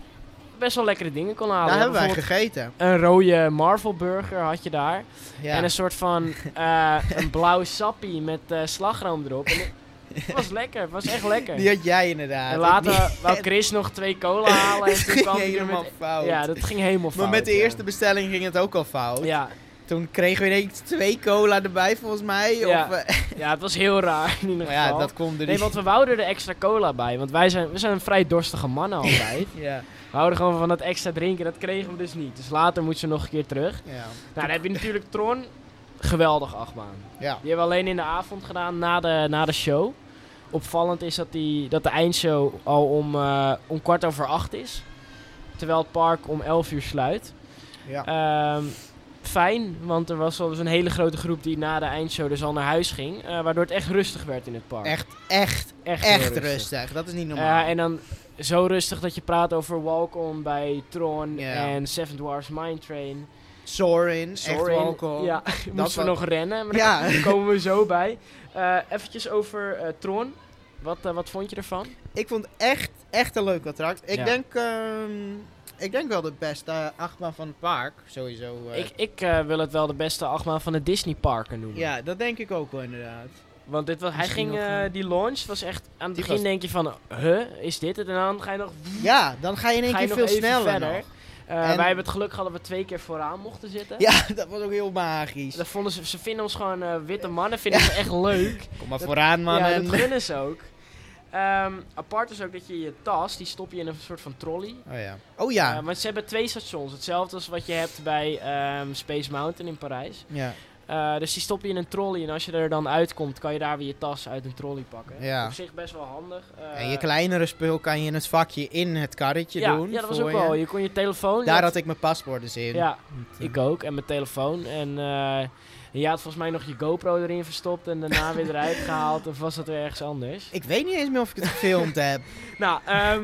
S1: *laughs* best wel lekkere dingen kon halen.
S2: Daar
S1: Ja,
S2: hebben wij
S1: bijvoorbeeld
S2: gegeten.
S1: een rode Marvel burger had je daar.
S2: Ja.
S1: En een soort
S2: *laughs*
S1: van eh, een blauw sappie met eh, slagroom erop. En het was lekker, het was echt lekker.
S2: Die had jij inderdaad.
S1: En
S2: Ik *laughs*
S1: later wou Chris nog twee cola halen. En
S2: niet.
S1: toen
S2: ging
S1: kwam hij er
S2: helemaal
S1: met...
S2: fout.
S1: Ja, dat ging helemaal fout.
S2: maar met de
S1: ja.
S2: eerste bestelling ging het ook al fout.
S1: Ja.
S2: Toen kregen we ineens twee cola erbij, volgens mij.
S1: Ja.
S2: Of, eh, *laughs*
S1: Ja, het was heel raar in ieder
S2: maar
S1: geval.
S2: ja, dat komt er
S1: Nee,
S2: niet.
S1: want we wouden er extra cola bij. Want wij zijn, we zijn vrij dorstige
S2: *laughs*
S1: mannen altijd.
S2: *laughs* Ja.
S1: we houden gewoon van dat extra drinken. Dat kregen we dus niet. Dus later moet ze nog een keer terug.
S2: Ja.
S1: Nou, dan heb je natuurlijk Tron. Geweldig achtbaan.
S2: ja.
S1: Die hebben we alleen in de avond gedaan na de, na de show. Opvallend is dat, die, dat de eindshow al om, eh, om kwart over acht is. Terwijl het park om elf uur sluit.
S2: ja.
S1: Ehm, fijn, want er was al dus een hele grote groep die na de eindshow dus al naar huis ging. eh, waardoor het echt rustig werd in het park.
S2: Echt, echt,
S1: echt, heel
S2: echt rustig. Dat is niet normaal.
S1: Eh, en dan zo rustig dat je praat over Walk-On bij Tron
S2: Ja.
S1: en Seven Dwarfs Mine Train.
S2: Sorin,
S1: Soarin',
S2: echt alcohol.
S1: Ja, *laughs* moesten we
S2: was-
S1: nog rennen, maar
S2: Ja.
S1: *laughs*
S2: *laughs*
S1: daar komen we zo bij. Even eventjes over eh, Tron. Wat, eh, wat vond je ervan?
S2: Ik vond echt, echt een leuk attract. Ik,
S1: Ja.
S2: denk, ehm, ik denk wel de beste eh, achtbaan van het park, sowieso. eh.
S1: ik ik eh, wil het wel de beste achtbaan van de Disney parken noemen.
S2: Ja, dat denk ik ook wel inderdaad.
S1: Want dit was, hij
S2: Misschien
S1: ging,
S2: nog,
S1: eh,
S2: eh,
S1: die launch was echt, aan het
S2: Die
S1: begin
S2: was-
S1: denk je van, huh, is dit het? En dan ga je nog...
S2: Ja, dan ga je in één
S1: Ga je
S2: keer
S1: nog
S2: veel
S1: even
S2: sneller
S1: verder?
S2: nog. *laughs*
S1: Eh,
S2: En-
S1: Wij hebben het geluk gehad dat we twee keer vooraan mochten zitten.
S2: Ja, dat was ook heel magisch.
S1: Dat vonden ze, ze vinden ons gewoon eh, witte mannen, vinden ze echt leuk.
S2: *laughs* Kom maar vooraan, man.
S1: ja,
S2: en-
S1: dat gunnen ze ook. Ehm, apart is ook dat je je tas, die stop je in een soort van trolley.
S2: *laughs* Oh ja. Oh
S1: Ja.
S2: ja.
S1: maar Eh, ze hebben twee stations. Hetzelfde als wat je hebt bij ehm, Space Mountain in Parijs.
S2: ja.
S1: Eh, dus die stop je in een trolley. En als je er dan uitkomt, kan je daar weer je tas uit een trolley pakken.
S2: Ja.
S1: Op zich best wel handig. Eh,
S2: En je kleinere spul kan je in het vakje in het karretje
S1: ja,
S2: doen.
S1: Ja, dat was
S2: voor
S1: ook
S2: je.
S1: wel. Je kon je telefoon...
S2: Daar
S1: je
S2: had ik mijn paspoort dus in.
S1: Ja, ik ook. En mijn telefoon. En eh, je had volgens mij nog je GoPro erin verstopt. En daarna weer
S2: *laughs*
S1: eruit gehaald. Of was dat weer ergens anders?
S2: Ik weet niet eens meer of ik het
S1: *laughs*
S2: gefilmd heb.
S1: Nou, ehm,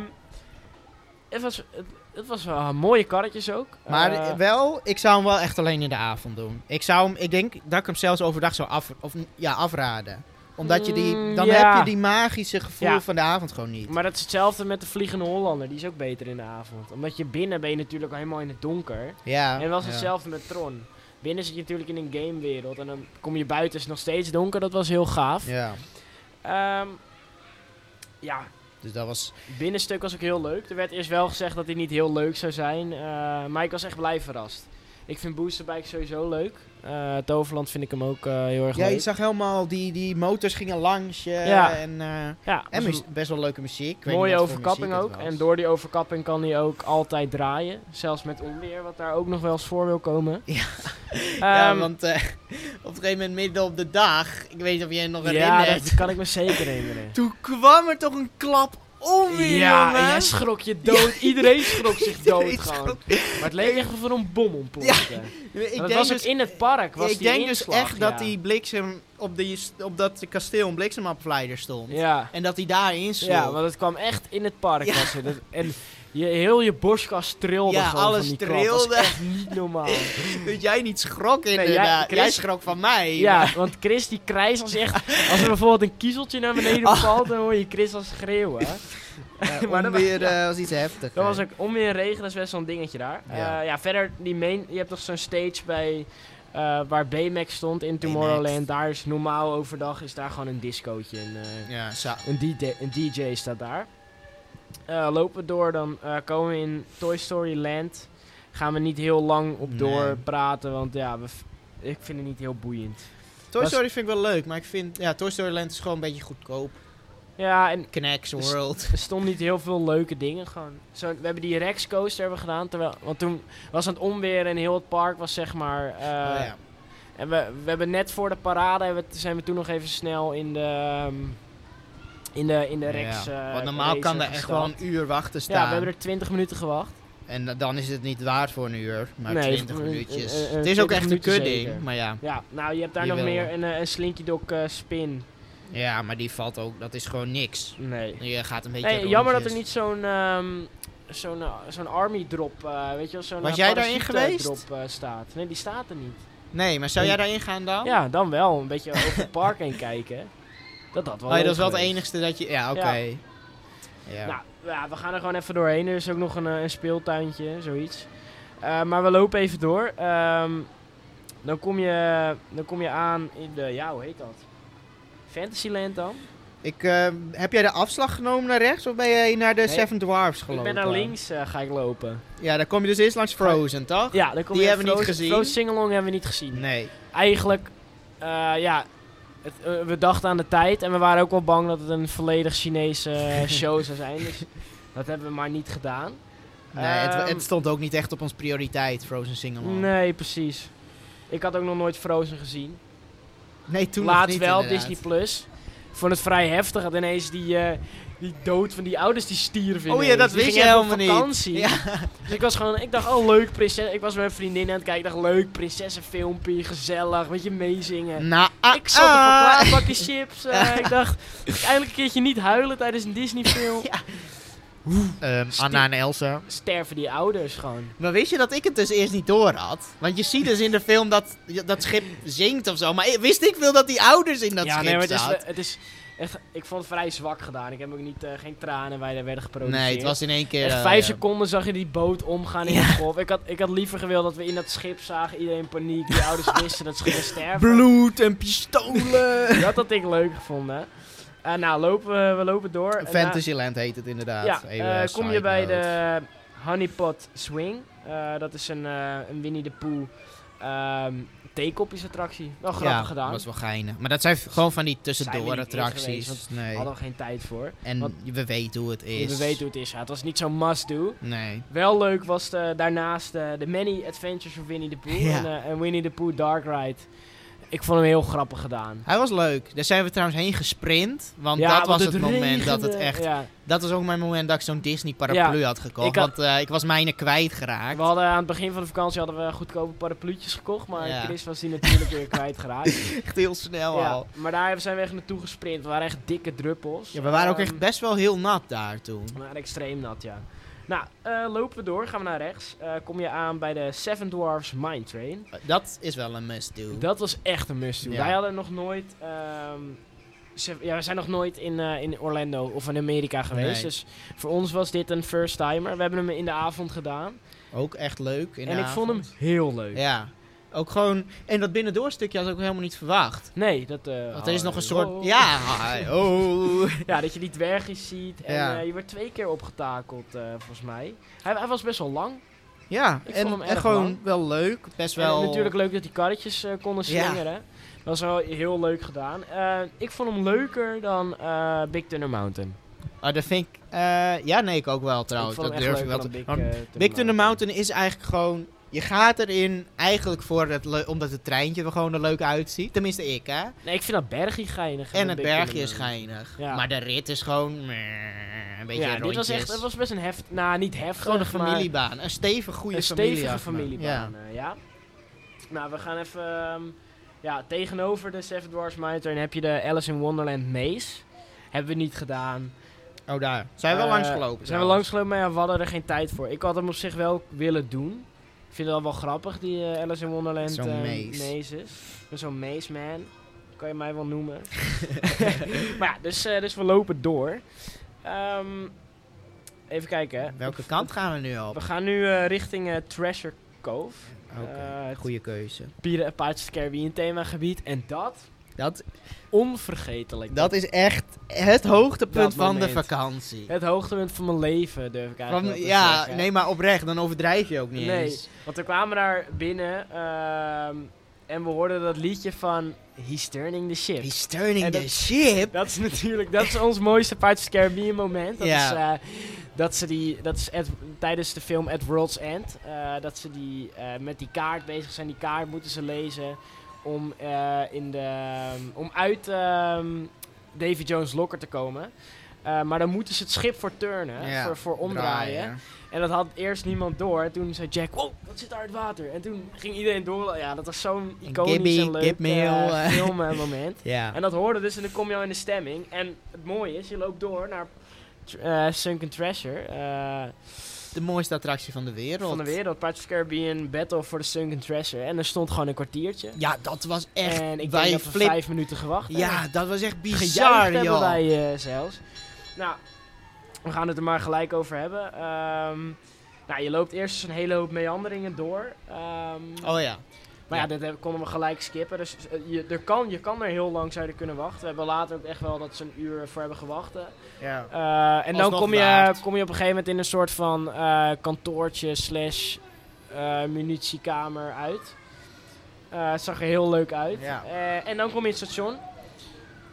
S1: het, was, het, het was wel mooie karretjes ook.
S2: Maar
S1: Eh,
S2: wel, ik zou hem wel echt alleen in de avond doen. Ik zou hem, ik denk dat ik hem zelfs overdag zou af, of, ja, afraden. Omdat je die,
S1: Mm,
S2: dan
S1: ja.
S2: heb je die magische gevoel
S1: Ja.
S2: van de avond gewoon niet.
S1: Maar dat is hetzelfde met de Vliegende Hollander. Die is ook beter in de avond. Omdat je binnen ben je natuurlijk al helemaal in het donker.
S2: Ja.
S1: en het was
S2: ja.
S1: hetzelfde met Tron. Binnen zit je natuurlijk in een gamewereld. En dan kom je buiten, is het nog steeds donker. Dat was heel gaaf. Ja,
S2: Ja,
S1: ja
S2: dus dat was...
S1: het binnenstuk was ook heel leuk. Er werd eerst wel gezegd dat hij niet heel leuk zou zijn. eh, maar ik was echt blij verrast. Ik vind Booster Bike sowieso leuk. Eh Toverland vind ik hem ook eh, heel erg
S2: Ja,
S1: leuk.
S2: je zag helemaal, die, die motors gingen langs je.
S1: Ja.
S2: En, eh,
S1: Ja, was
S2: en
S1: een-
S2: mu- best wel leuke muziek. Ik weet
S1: Mooie
S2: niet wat voor
S1: overkapping
S2: muziek
S1: ook.
S2: het was.
S1: En door die overkapping kan hij ook altijd draaien. Zelfs met onweer, wat daar ook nog wel eens voor wil komen.
S2: Ja.
S1: Ehm,
S2: *laughs* Ja, want eh, op een gegeven moment midden op de dag, ik weet niet of jij je nog
S1: ja,
S2: herinnert.
S1: dat kan ik me zeker herinneren.
S2: Toen kwam er toch een klap om weer,
S1: Ja,
S2: jongen.
S1: en
S2: *laughs*
S1: jij schrok je dood. Iedereen schrok zich dood
S2: Iedereen
S1: gewoon.
S2: schrok.
S1: Maar het leek echt alsof er een bom ontplofte.
S2: Ik
S1: dat
S2: denk
S1: was ook
S2: dus
S1: in het park. Was
S2: ik
S1: die
S2: denk
S1: inslag,
S2: dus echt
S1: ja.
S2: dat die bliksem op, die, op dat kasteel een bliksemafleider stond.
S1: Ja.
S2: En dat hij daarin sloeg.
S1: ja, want het kwam echt in het park.
S2: Ja.
S1: Was het. Dat- En je, heel je borstkast trilde
S2: Ja,
S1: gewoon
S2: alles
S1: van die klap. Dat
S2: trilde.
S1: was echt niet
S2: *laughs*
S1: normaal.
S2: *laughs* Dat jij niet schrok
S1: jij-
S2: inderdaad. jij,
S1: Chris-
S2: schrok van
S1: *laughs*
S2: mij.
S1: Ja, want Chris die krijst als hij echt... Als er bijvoorbeeld een kiezeltje naar beneden
S2: Ah.
S1: valt, dan hoor je Chris als schreeuwen.
S2: Eh,
S1: Maar dat
S2: onweer eh, was iets heftigs.
S1: Dat was ook onweer en regen, dat is best wel een dingetje daar. Eh, Ja,
S2: Ja.
S1: verder, die main, je hebt toch zo'n stage bij... eh, waar Baymax stond in Tomorrowland. Daar is normaal overdag is daar gewoon een discootje. En, eh,
S2: Ja, zo.
S1: een, DJ, een DJ staat daar. Eh, lopen we door, dan eh, komen we in Toy Story Land. Gaan we niet heel lang op
S2: Nee.
S1: door praten, want ja, we, v- ik vind het niet heel boeiend.
S2: Toy
S1: Was-
S2: Story vind ik wel leuk, maar ik vind... Ja, Toy Story Land is gewoon een beetje goedkoop.
S1: Ja, en
S2: Knacks
S1: Dus-
S2: World.
S1: Er stonden niet heel veel leuke dingen gewoon. Zo, we hebben die Rex coaster hebben we gedaan. Terwijl, want toen was het onweer en heel het park was zeg maar. eh,
S2: Oh, ja.
S1: En we, we hebben net voor de parade hebben, we- zijn we toen nog even snel in de. ehm, in de, in de Rex.
S2: Ja.
S1: eh,
S2: Want normaal kan
S1: racer
S2: er echt
S1: gestapt.
S2: wel een uur wachten staan.
S1: Ja, we hebben er 20 minuten gewacht.
S2: En da- dan is het niet waard voor een uur, maar
S1: Nee,
S2: 20
S1: voor een-
S2: minuutjes.
S1: eh, eh,
S2: het is ook
S1: 20
S2: echt een
S1: minuten
S2: kudding,
S1: zeker.
S2: maar ja.
S1: Ja, nou je hebt daar
S2: Die
S1: nog
S2: willen
S1: meer
S2: we.
S1: een, eh, een Slinky Dog eh, spin.
S2: Ja, maar die valt ook, dat is gewoon niks.
S1: Nee.
S2: Je gaat een beetje
S1: nee jammer dat er
S2: rondjes.
S1: niet zo'n. ehm, Zo'n eh, zo'n army drop, eh, weet je wel, zo'n
S2: Was
S1: eh,
S2: jij daarin
S1: parachute
S2: geweest?
S1: drop eh, staat. Nee, die staat er niet.
S2: Nee, maar zou jij daarin gaan dan?
S1: Ja, dan wel. Een beetje over het park heen kijken. Dat had wel
S2: Oh, ja,
S1: leuk
S2: dat is wel het
S1: geweest.
S2: enigste dat je... Ja, oké. Ja.
S1: Nou, ja, we gaan er gewoon even doorheen. Er is ook nog een, eh, een speeltuintje, zoiets. Eh, maar we lopen even door. Ehm, dan, kom je, dan kom je aan in de... Ja, hoe heet dat? Fantasyland dan?
S2: Ik, eh, heb jij de afslag genomen naar rechts of ben jij naar de
S1: Nee,
S2: Seven Dwarfs
S1: Ik
S2: gelopen?
S1: ben naar links eh, ga ik lopen.
S2: Ja, dan kom je dus eerst langs Frozen, toch?
S1: Ja, dan kom
S2: Die
S1: je
S2: hebben we niet
S1: Frozen-
S2: gezien.
S1: Frozen Singalong hebben we niet gezien.
S2: Nee.
S1: Eigenlijk, eh, ja, het, eh, we dachten aan de tijd en we waren ook wel bang dat het een volledig Chinese
S2: *laughs*
S1: eh, show zou zijn. Dus dat hebben we maar niet gedaan.
S2: nee het,
S1: Ehm,
S2: het stond ook niet echt op ons prioriteit, Frozen Singalong. Nee,
S1: Nee, precies. Ik had ook nog nooit Frozen gezien.
S2: nee toen nog
S1: Laatst
S2: niet,
S1: wel
S2: inderdaad.
S1: Disney Plus. Ik vond het vrij heftig dat ineens die, eh, die dood van die ouders die stierven.
S2: Oh ja,
S1: ineens.
S2: dat
S1: Die
S2: wist je
S1: gingen even op
S2: helemaal niet.
S1: vakantie.
S2: Ja.
S1: Dus ik was gewoon, ik dacht, oh leuk prinses. Ik was met mijn vriendin aan het kijken. Ik dacht, leuk prinsessenfilmpje, gezellig, met je meezingen.
S2: Nou,
S1: Ik zat op een
S2: ah.
S1: klaar, pakje
S2: *laughs*
S1: chips. eh, ik dacht, eindelijk een keertje niet huilen tijdens een Disney
S2: *laughs*
S1: film.
S2: Ehm, Anna en Elsa.
S1: Sterven die ouders gewoon.
S2: Maar wist je dat ik het dus eerst niet door had? Want je ziet dus in de film dat dat schip zinkt of zo. Maar ik- wist ik veel dat die ouders in dat
S1: ja,
S2: schip
S1: nee, maar het is,
S2: zaten?
S1: het is echt, ik vond het vrij zwak gedaan. Ik heb ook niet, eh, geen tranen bij er werden geproduceerd.
S2: nee, het was in één keer...
S1: Echt
S2: eh,
S1: vijf
S2: ja.
S1: seconden zag je die boot omgaan in
S2: Ja.
S1: de golf. Ik had, ik had liever gewild dat we in dat schip zagen, iedereen paniek. Die
S2: *laughs*
S1: ouders wisten dat ze gingen sterven.
S2: Bloed en *laughs* pistolen.
S1: Dat had ik leuk gevonden. Eh, nou, lopen we, we lopen door. En na-
S2: Fantasyland heet het inderdaad.
S1: Ja,
S2: Even
S1: eh, kom je
S2: side
S1: bij
S2: note.
S1: de Honeypot Swing. Eh, dat is een, eh, een Winnie de Pooh ehm theekopjes attractie. Wel grappig
S2: ja,
S1: gedaan.
S2: dat was wel geinig. Maar dat zijn v- gewoon van die
S1: Zijn we
S2: tussendoor
S1: niet eens
S2: attracties.
S1: geweest,
S2: nee.
S1: Hadden we geen tijd voor.
S2: En
S1: want-
S2: we weten hoe het is.
S1: We weten hoe het is. Ja, het was niet zo'n must-do.
S2: Nee.
S1: Wel leuk was de, daarnaast eh, de Many Adventures of Winnie the Pooh.
S2: Ja.
S1: En, eh, en Winnie the Pooh Dark Ride. Ik vond hem heel grappig gedaan.
S2: Hij was leuk. Daar zijn we trouwens heen gesprint. Want
S1: Ja,
S2: dat
S1: want
S2: was het, moment dat het
S1: regende.
S2: echt...
S1: Ja.
S2: Dat was ook mijn moment dat ik zo'n Disney paraplu had gekocht.
S1: ik had-
S2: Want eh, ik was mijne kwijtgeraakt.
S1: We hadden aan het begin van de vakantie hadden we goedkope parapluutjes gekocht. Maar
S2: Ja.
S1: Chris was die natuurlijk weer
S2: *laughs*
S1: kwijtgeraakt.
S2: *laughs* Echt heel snel
S1: Ja,
S2: al.
S1: maar daar zijn we echt naartoe gesprint. We waren echt dikke druppels.
S2: Ja, we waren ook
S1: Ehm,
S2: echt best wel heel nat daar toen.
S1: we waren extreem nat, ja. Nou, eh, lopen we door. Gaan we naar rechts. Eh, kom je aan bij de Seven Dwarfs Mine Train.
S2: Dat is wel een must-do.
S1: Dat was echt een must-do.
S2: Ja.
S1: Wij hadden nog nooit... ehm, se- ja, we zijn nog nooit in, eh, in Orlando of in Amerika geweest.
S2: Nee.
S1: Dus voor ons was dit een first timer. We hebben hem in de avond gedaan.
S2: Ook echt leuk. In de
S1: en ik vond hem
S2: avond.
S1: heel leuk.
S2: Ja. Ook gewoon... En dat binnendoorstukje had ik ook helemaal niet verwacht.
S1: Nee, dat... eh,
S2: Want er is nog een soort...
S1: oh.
S2: Ja, hi, oh. *laughs*
S1: *laughs* Ja, dat je die dwergjes ziet. En
S2: Ja.
S1: eh, je werd twee keer opgetakeld, eh, volgens mij. Hij, hij was best wel lang.
S2: Ja,
S1: Ik
S2: en,
S1: vond hem
S2: en
S1: erg
S2: gewoon
S1: lang.
S2: wel leuk. Best
S1: En
S2: wel...
S1: natuurlijk leuk dat die karretjes eh, konden
S2: Ja.
S1: slingeren. Dat was wel heel leuk gedaan. Eh, ik vond hem leuker dan eh, Big Thunder Mountain.
S2: Ah, dat vind ik... eh, ja, nee, ik ook wel trouwens.
S1: ik vond
S2: Dat
S1: hem echt
S2: durf ik wel
S1: leuker
S2: te...
S1: dan Big,
S2: want
S1: eh,
S2: Big Thunder Mountain is eigenlijk gewoon... Je gaat erin eigenlijk voor het leu- omdat het treintje er gewoon er leuk uitziet. Tenminste ik, hè.
S1: Nee, ik vind dat bergje geinig.
S2: En
S1: dan
S2: het
S1: Big Thunder
S2: bergje is
S1: Mountain.
S2: geinig.
S1: Ja.
S2: Maar de rit is gewoon... meh, Een beetje
S1: Ja, dit was
S2: rondjes.
S1: echt, het was best een heft, nou niet heftig,
S2: Gewoon een
S1: maar
S2: familiebaan. Een stevig goede
S1: een
S2: familie.
S1: stevige
S2: Ja.
S1: familiebaan. Ja. ja. Nou, we gaan even, ehm, ja, tegenover de Seven Dwarfs Mountain heb je de Alice in Wonderland Maze. Hebben we niet gedaan.
S2: Oh, daar. Zijn we wel
S1: Eh,
S2: langsgelopen?
S1: Zijn we langsgelopen, maar ja, we hadden er geen tijd voor. Ik had hem op zich wel willen doen. Ik vind het wel wel grappig, die eh, Alice in Wonderland
S2: Zo'n
S1: eh,
S2: maze.
S1: mazes. Zo'n maze man. Kan je mij wel
S2: *laughs*
S1: noemen. *laughs* maar ja, dus, eh, dus we lopen door. Ehm, even kijken.
S2: Welke kant gaan we nu op?
S1: We gaan nu eh, richting eh, Treasure Cove.
S2: Oké,
S1: Eh, het
S2: goede keuze.
S1: Pieren en Pirates of the Caribbean themagebied. En dat,
S2: Dat
S1: onvergetelijk.
S2: Dat is echt het hoogtepunt
S1: Dat
S2: van
S1: moment.
S2: de vakantie.
S1: Het hoogtepunt van mijn leven, durf ik
S2: Van-
S1: eigenlijk wel te
S2: ja,
S1: zeggen.
S2: nee, maar oprecht, dan overdrijf je ook niet
S1: Nee.
S2: eens.
S1: Want we kwamen daar binnen ehm, en we hoorden dat liedje van He's Turning the Ship.
S2: He's turning
S1: En
S2: the
S1: dat-
S2: ship.
S1: Dat is natuurlijk dat is ons mooiste Pirates of the Caribbean moment. Dat
S2: Ja.
S1: is, eh, dat ze die, dat is at- tijdens de film At World's End, eh, dat ze die, eh, met die kaart bezig zijn. Die kaart moeten ze lezen om, eh, in de, om uit ehm, Davy Jones' locker te komen. Eh, maar dan moeten ze het schip voor turnen,
S2: Ja,
S1: voor, voor omdraaien. En dat had eerst niemand door. En toen zei Jack, wow, wat zit daar in het water? En toen ging iedereen door. Ja, dat was zo'n
S2: En
S1: iconisch
S2: Gibby,
S1: en leuk
S2: Gib Mail,
S1: eh,
S2: eh.
S1: filmmoment.
S2: Ja.
S1: En dat hoorde dus en dan kom je al in de stemming. En het mooie is, je loopt door naar tr- eh, Sunken Treasure. eh,
S2: De mooiste attractie van de wereld.
S1: van de wereld. Pirates of the Caribbean Battle for the Sunken Treasure. En er stond gewoon een kwartiertje.
S2: Ja, dat was echt...
S1: en ik
S2: wij
S1: denk dat we
S2: flip-
S1: vijf minuten gewacht
S2: Ja, dat was echt
S1: gejuicht
S2: bizar,
S1: hebben
S2: joh.
S1: wij eh, zelfs. Nou, we gaan het er maar gelijk over hebben. Ehm, nou, je loopt eerst een hele hoop meanderingen door. Ehm,
S2: Oh ja.
S1: Maar ja, dit heb- konden we gelijk skippen. Dus eh, je, er kan, je kan er heel lang zouden kunnen wachten. We hebben later ook echt wel dat ze een uur voor hebben gewacht. hè.
S2: Ja.
S1: Eh, en dan
S2: Alsnog
S1: kom je,
S2: waard.
S1: kom je op een gegeven moment in een soort van eh, kantoortje slash eh, munitiekamer uit. Eh, het zag er heel leuk uit.
S2: Ja.
S1: Eh, en dan kom je in het station.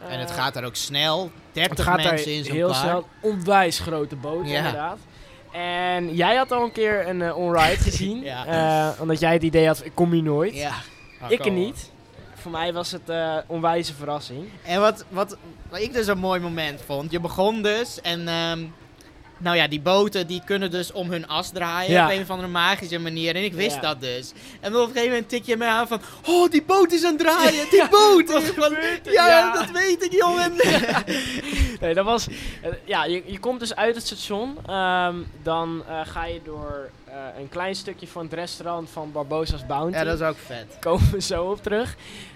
S2: En het
S1: Eh,
S2: gaat daar ook snel.
S1: het
S2: 30
S1: gaat
S2: mensen
S1: daar
S2: in zo'n
S1: heel
S2: kar.
S1: snel. Onwijs grote boot,
S2: Ja.
S1: inderdaad. En jij had al een keer een eh, onride gezien.
S2: *laughs* Ja.
S1: eh, omdat jij het idee had, ik kom hier nooit.
S2: Ja.
S1: ik er niet. Voor mij was het eh onwijze verrassing. *laughs*
S2: En wat, wat, wat ik dus een mooi moment vond. Je begon dus en... ehm, nou ja, die boten die kunnen dus om hun as draaien
S1: Ja.
S2: op een of andere magische manier. En ik wist
S1: Ja.
S2: dat dus. En dan op een gegeven moment tik je mij aan van... Oh, die boot is aan het
S1: *laughs*
S2: draaien! Die boot! Van, ja,
S1: Ja.
S2: dat weet ik,
S1: *laughs*
S2: jongen!
S1: Nee, dat was. eh, ja, je, je komt dus uit het station. ehm, dan eh, ga je door eh, een klein stukje van het restaurant van Barbosa's Bounty.
S2: ja, dat is ook vet.
S1: Komen we zo op terug.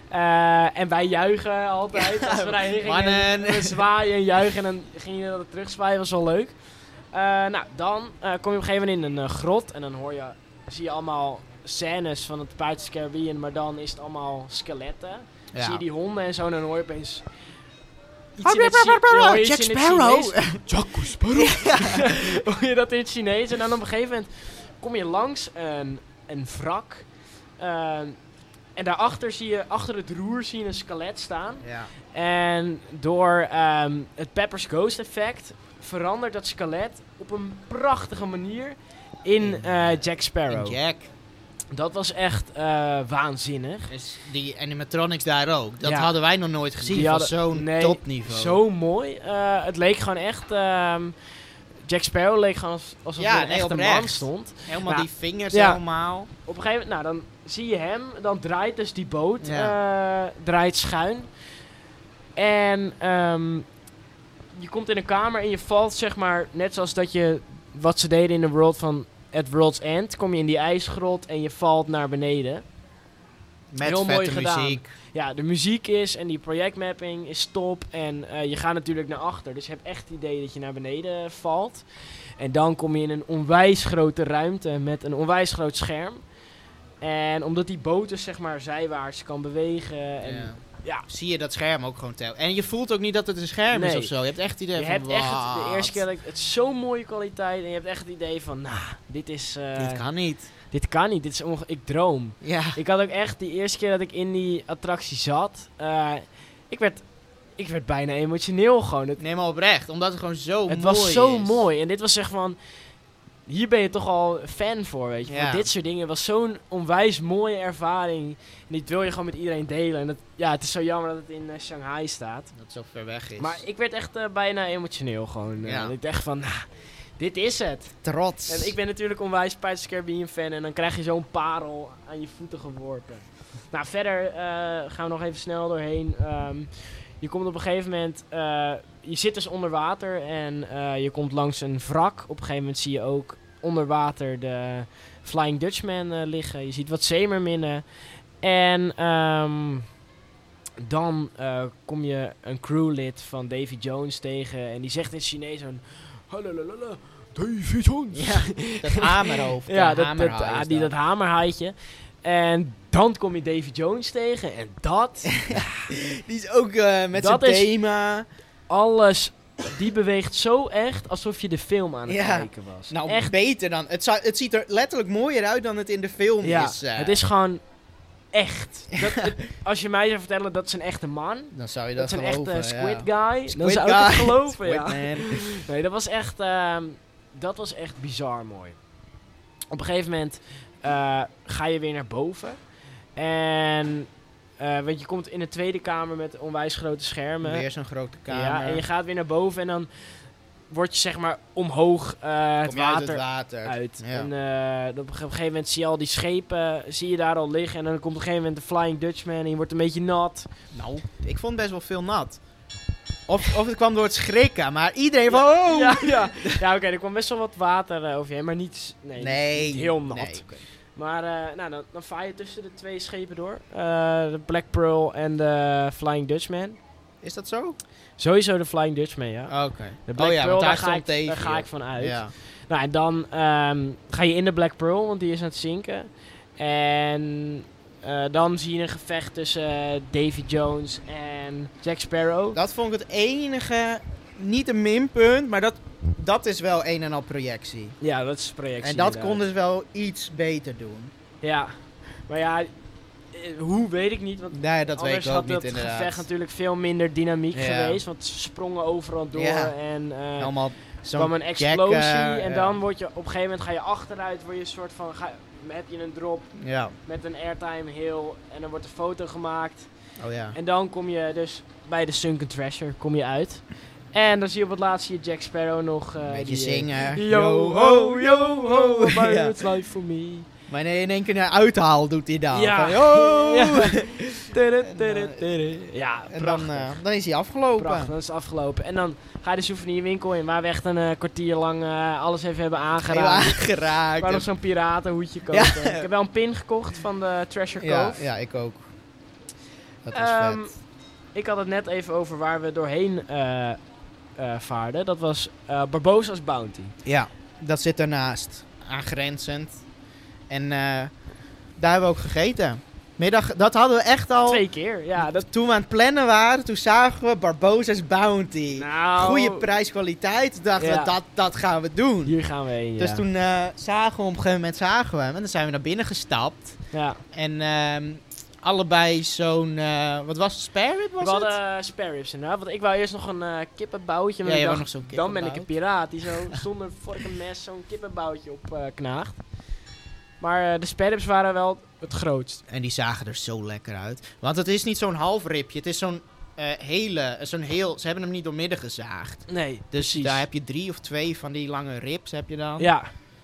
S1: Eh, en wij juichen
S2: *laughs*
S1: altijd als we daarheen gingen.
S2: Mannen.
S1: We zwaaien en juichen en dan ging je dat terugzwaaien. was wel leuk. Eh, nou, dan eh, kom je op een gegeven moment in een eh, grot. En dan hoor je, zie je allemaal scènes van het Pirates of the Caribbean. Maar dan is het allemaal skeletten zie je die honden en zo, en dan hoor je opeens... Iets in het Chi- dan hoor je
S2: Jack
S1: iets in het
S2: Sparrow!
S1: Chinees.
S2: *laughs* Jack Sparrow!
S1: *laughs* Hoor je dat in het Chinees? En dan op een gegeven moment kom je langs een, een wrak. Ehm, en daarachter zie je, achter het roer zie je een skelet staan.
S2: Ja.
S1: En door ehm, het Pepper's Ghost effect verandert dat skelet op een prachtige manier in eh, Jack
S2: En
S1: Sparrow.
S2: Jack.
S1: Dat was echt eh, waanzinnig.
S2: Dus die animatronics daar ook. Dat
S1: Ja.
S2: hadden wij nog nooit gezien.
S1: Die
S2: van
S1: hadden-
S2: zo'n
S1: nee,
S2: topniveau.
S1: Zo mooi. Eh, het leek gewoon echt. ehm, Jack Sparrow leek gewoon als, alsof
S2: Ja,
S1: er een
S2: nee,
S1: echte
S2: oprecht.
S1: man stond.
S2: Helemaal
S1: Nou,
S2: die vingers
S1: ja.
S2: helemaal.
S1: Op een gegeven moment, nou dan zie je hem, dan draait dus die boot, eh, draait schuin. En ehm, je komt in een kamer en je valt, zeg maar, net zoals dat je wat ze deden in de world van At World's End, kom je in die ijsgrot en je valt naar beneden.
S2: Met
S1: Heel mooi
S2: vette
S1: gedaan.
S2: muziek.
S1: Ja, de muziek is en die projectmapping is top. En eh, je gaat natuurlijk naar achter. Dus je hebt echt het idee dat je naar beneden valt. En dan kom je in een onwijs grote ruimte met een onwijs groot scherm. En omdat die boot dus zeg maar zijwaarts kan bewegen. En
S2: Ja.
S1: ja.
S2: Zie je dat scherm ook gewoon tellen. En je voelt ook niet dat het een scherm is
S1: Nee.
S2: of zo. Je hebt echt het idee
S1: Je
S2: van,
S1: hebt echt het- de
S2: "Wat?
S1: eerste keer dat ik het is zo'n mooie kwaliteit. En je hebt echt het idee van, nou, dit is. eh,
S2: Dit kan niet.
S1: dit kan niet. Dit is onge- ik droom.
S2: Ja.
S1: Ik had ook echt die eerste keer dat ik in die attractie zat. eh, ik, werd, ik werd bijna emotioneel gewoon. Het,
S2: Neem maar oprecht. Omdat het gewoon zo mooi
S1: het was zo
S2: is.
S1: mooi. En dit was echt van. Hier ben je toch al fan voor, weet je.
S2: Ja.
S1: Voor dit soort dingen Het was zo'n onwijs mooie ervaring. En die wil je gewoon met iedereen delen. En dat, ja, het is zo jammer dat het in eh, Shanghai staat.
S2: Dat het zo ver weg is.
S1: Maar ik werd echt eh, bijna emotioneel gewoon. eh.
S2: Ja.
S1: En Ik dacht van, "Ah, dit is het.
S2: trots.
S1: En ik ben natuurlijk onwijs Pirates of the Caribbean fan. En dan krijg je zo'n parel aan je voeten geworpen. Nou, verder eh, gaan we nog even snel doorheen. Ehm, je komt op een gegeven moment... eh, je zit dus onder water en eh, je komt langs een wrak. Op een gegeven moment zie je ook onder water de Flying Dutchman eh, liggen. Je ziet wat zeemerminnen. En ehm, dan eh, kom je een crewlid van Davy Jones tegen. En die zegt in het Chinees een... "Halalala, Davy Jones.
S2: Ja, dat
S1: *laughs*
S2: hamerhoofd.
S1: Ja,
S2: dat
S1: dat, dat,
S2: hamerhaai
S1: ah,
S2: is
S1: die,
S2: dat.
S1: dat hamerhaaitje. En dan kom je Davy Jones tegen. En
S2: *laughs*
S1: dat,
S2: Die is ook eh, met zijn
S1: Dat is-
S2: thema.
S1: alles, die beweegt zo echt alsof je de film aan het
S2: Ja.
S1: kijken was.
S2: Nou,
S1: echt.
S2: beter dan. Het, zou- het ziet er letterlijk mooier uit dan het in de film
S1: Ja,
S2: is. eh.
S1: het is gewoon echt. Dat, het-
S2: *laughs*
S1: als je mij zou vertellen dat is een echte man,
S2: Dan zou je
S1: dat
S2: dat,
S1: is een
S2: geloven.
S1: echte Squid
S2: ja.
S1: Guy, dan
S2: Squid
S1: zou ik het
S2: Guy,
S1: geloven, ja.
S2: Squid
S1: *laughs*
S2: Man.
S1: Nee, dat was echt, ehm, dat was echt bizar mooi. Op een gegeven moment eh, ga je weer naar boven. En eh, want je komt in een tweede kamer met onwijs grote schermen.
S2: Weer zo'n grote kamer.
S1: Ja, en je gaat weer naar boven en dan word je zeg maar omhoog eh, het
S2: Kom je uit
S1: water
S2: water.
S1: uit.
S2: Ja.
S1: En eh, op een gegeven moment zie je al die schepen, eh, zie je daar al liggen. En dan komt op een gegeven moment de Flying Dutchman en je wordt een beetje nat.
S2: Nou, ik vond best wel veel nat. Of, of het kwam door het schrikken, maar iedereen van... oh!
S1: Ja, ja. ja oké, er kwam best wel wat water eh, over je heen, maar niet, nee,
S2: nee,
S1: niet heel nat.
S2: nee, oké.
S1: Maar eh, nou, dan, dan vaar je tussen de twee schepen door. Eh, de Black Pearl en de Flying Dutchman.
S2: Is dat zo? Oké.
S1: Sowieso de Flying Dutchman, ja. De Black
S2: Oh ja,
S1: Pearl,
S2: want daar
S1: ga
S2: stond
S1: ik,
S2: Davy
S1: daar ga
S2: op.
S1: ik van uit.
S2: Ja.
S1: Nou, en dan ehm, ga je in de Black Pearl, want die is aan het zinken. En eh, dan zie je een gevecht tussen eh, Davy Jones en Jack Sparrow.
S2: Dat vond ik het enige, niet een minpunt, maar dat, dat is wel een en al projectie.
S1: Ja, dat is projectie.
S2: en dat
S1: inderdaad.
S2: konden ze wel iets beter doen.
S1: Ja, maar ja, eh, hoe weet ik niet. Want
S2: Nee, dat weet
S1: anders
S2: ik ook
S1: had
S2: niet
S1: dat gevecht eh,
S2: inderdaad.
S1: natuurlijk veel minder dynamiek
S2: Ja.
S1: geweest. Want ze sprongen overal door
S2: Ja.
S1: en eh, er
S2: Allemaal zo'n
S1: kwam een
S2: jack,
S1: explosie.
S2: eh,
S1: en
S2: ja.
S1: dan word je op een gegeven moment ga je achteruit, word je een soort van, ga, heb je een drop
S2: Ja,
S1: met een airtime heel en dan wordt een foto gemaakt.
S2: oh ja.
S1: En dan kom je dus bij de Sunken Treasure kom je uit. En dan zie je op het laatst zie je Jack Sparrow nog... eh,
S2: Beetje
S1: die, eh,
S2: zingen.
S1: Yo ho, yo ho, about
S2: *laughs* Ja.
S1: it's life for me.
S2: Maar nee, in één keer een uithaal doet hij dan.
S1: Ja.
S2: Van, oh!
S1: Ja. *laughs* Tudu,
S2: En,
S1: tudu,
S2: eh,
S1: tudu. Ja,
S2: En dan,
S1: prachtig.
S2: eh, dan is hij afgelopen.
S1: Prachtig, dan is het afgelopen. En dan ga je de souvenirwinkel in, waar we echt een eh, kwartier lang eh, alles even hebben
S2: Heel
S1: aangeraakt.
S2: aangeraakt.
S1: Waar nog zo'n piratenhoedje kopen. Ik heb wel een pin gekocht van de Treasure
S2: ja,
S1: Cove.
S2: ja, ik ook. Dat was
S1: Ehm,
S2: vet.
S1: Ik had het net even over waar we doorheen eh, eh, vaarden. Dat was eh Barbosa's Bounty.
S2: Ja, dat zit ernaast. Aangrenzend. En eh, daar hebben we ook gegeten. Middag, dat hadden we echt al...
S1: Twee keer, ja. Dat,
S2: Toen we aan het plannen waren, toen zagen we Barbosa's Bounty.
S1: nou,
S2: Goede prijs-kwaliteit. Toen dachten
S1: Ja.
S2: we, dat, dat gaan we doen.
S1: Hier gaan we heen, ja.
S2: Dus toen eh, zagen we op een gegeven moment zagen we hem. En dan zijn we naar binnen gestapt.
S1: Ja.
S2: En ehm, allebei zo'n, eh, wat was het, spare rib was
S1: We hadden
S2: het?
S1: eh, spare ribs inderdaad. Want ik wou eerst nog een eh kippenboutje. Maar
S2: ja,
S1: ik
S2: je had
S1: dacht,
S2: nog zo'n
S1: dan ben ik een
S2: kippenbout.
S1: piraat die zo *laughs* zonder vork en mes zo'n kippenboutje op eh, knaagt. Maar eh, de spare ribs waren wel het grootst.
S2: En die zagen er zo lekker uit. Want het is niet zo'n half ribje, het is zo'n eh, hele, zo'n heel, ze hebben hem niet doormidden gezaagd.
S1: Nee,
S2: Dus daar heb je drie of twee van die lange ribs heb je dan.
S1: Ja,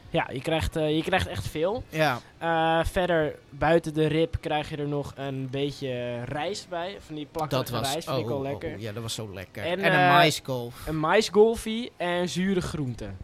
S1: ja je, krijgt, eh, je krijgt echt veel.
S2: Ja,
S1: Eh, verder, buiten de rib krijg je er nog een beetje rijst bij. Van die
S2: dat
S1: plakkerige
S2: was,
S1: rijst, vind ik
S2: oh,
S1: al
S2: oh,
S1: lekker.
S2: oh, ja, dat was zo lekker. En,
S1: En,
S2: een
S1: eh,
S2: maiskolf.
S1: Een maisgolfie en zure groenten.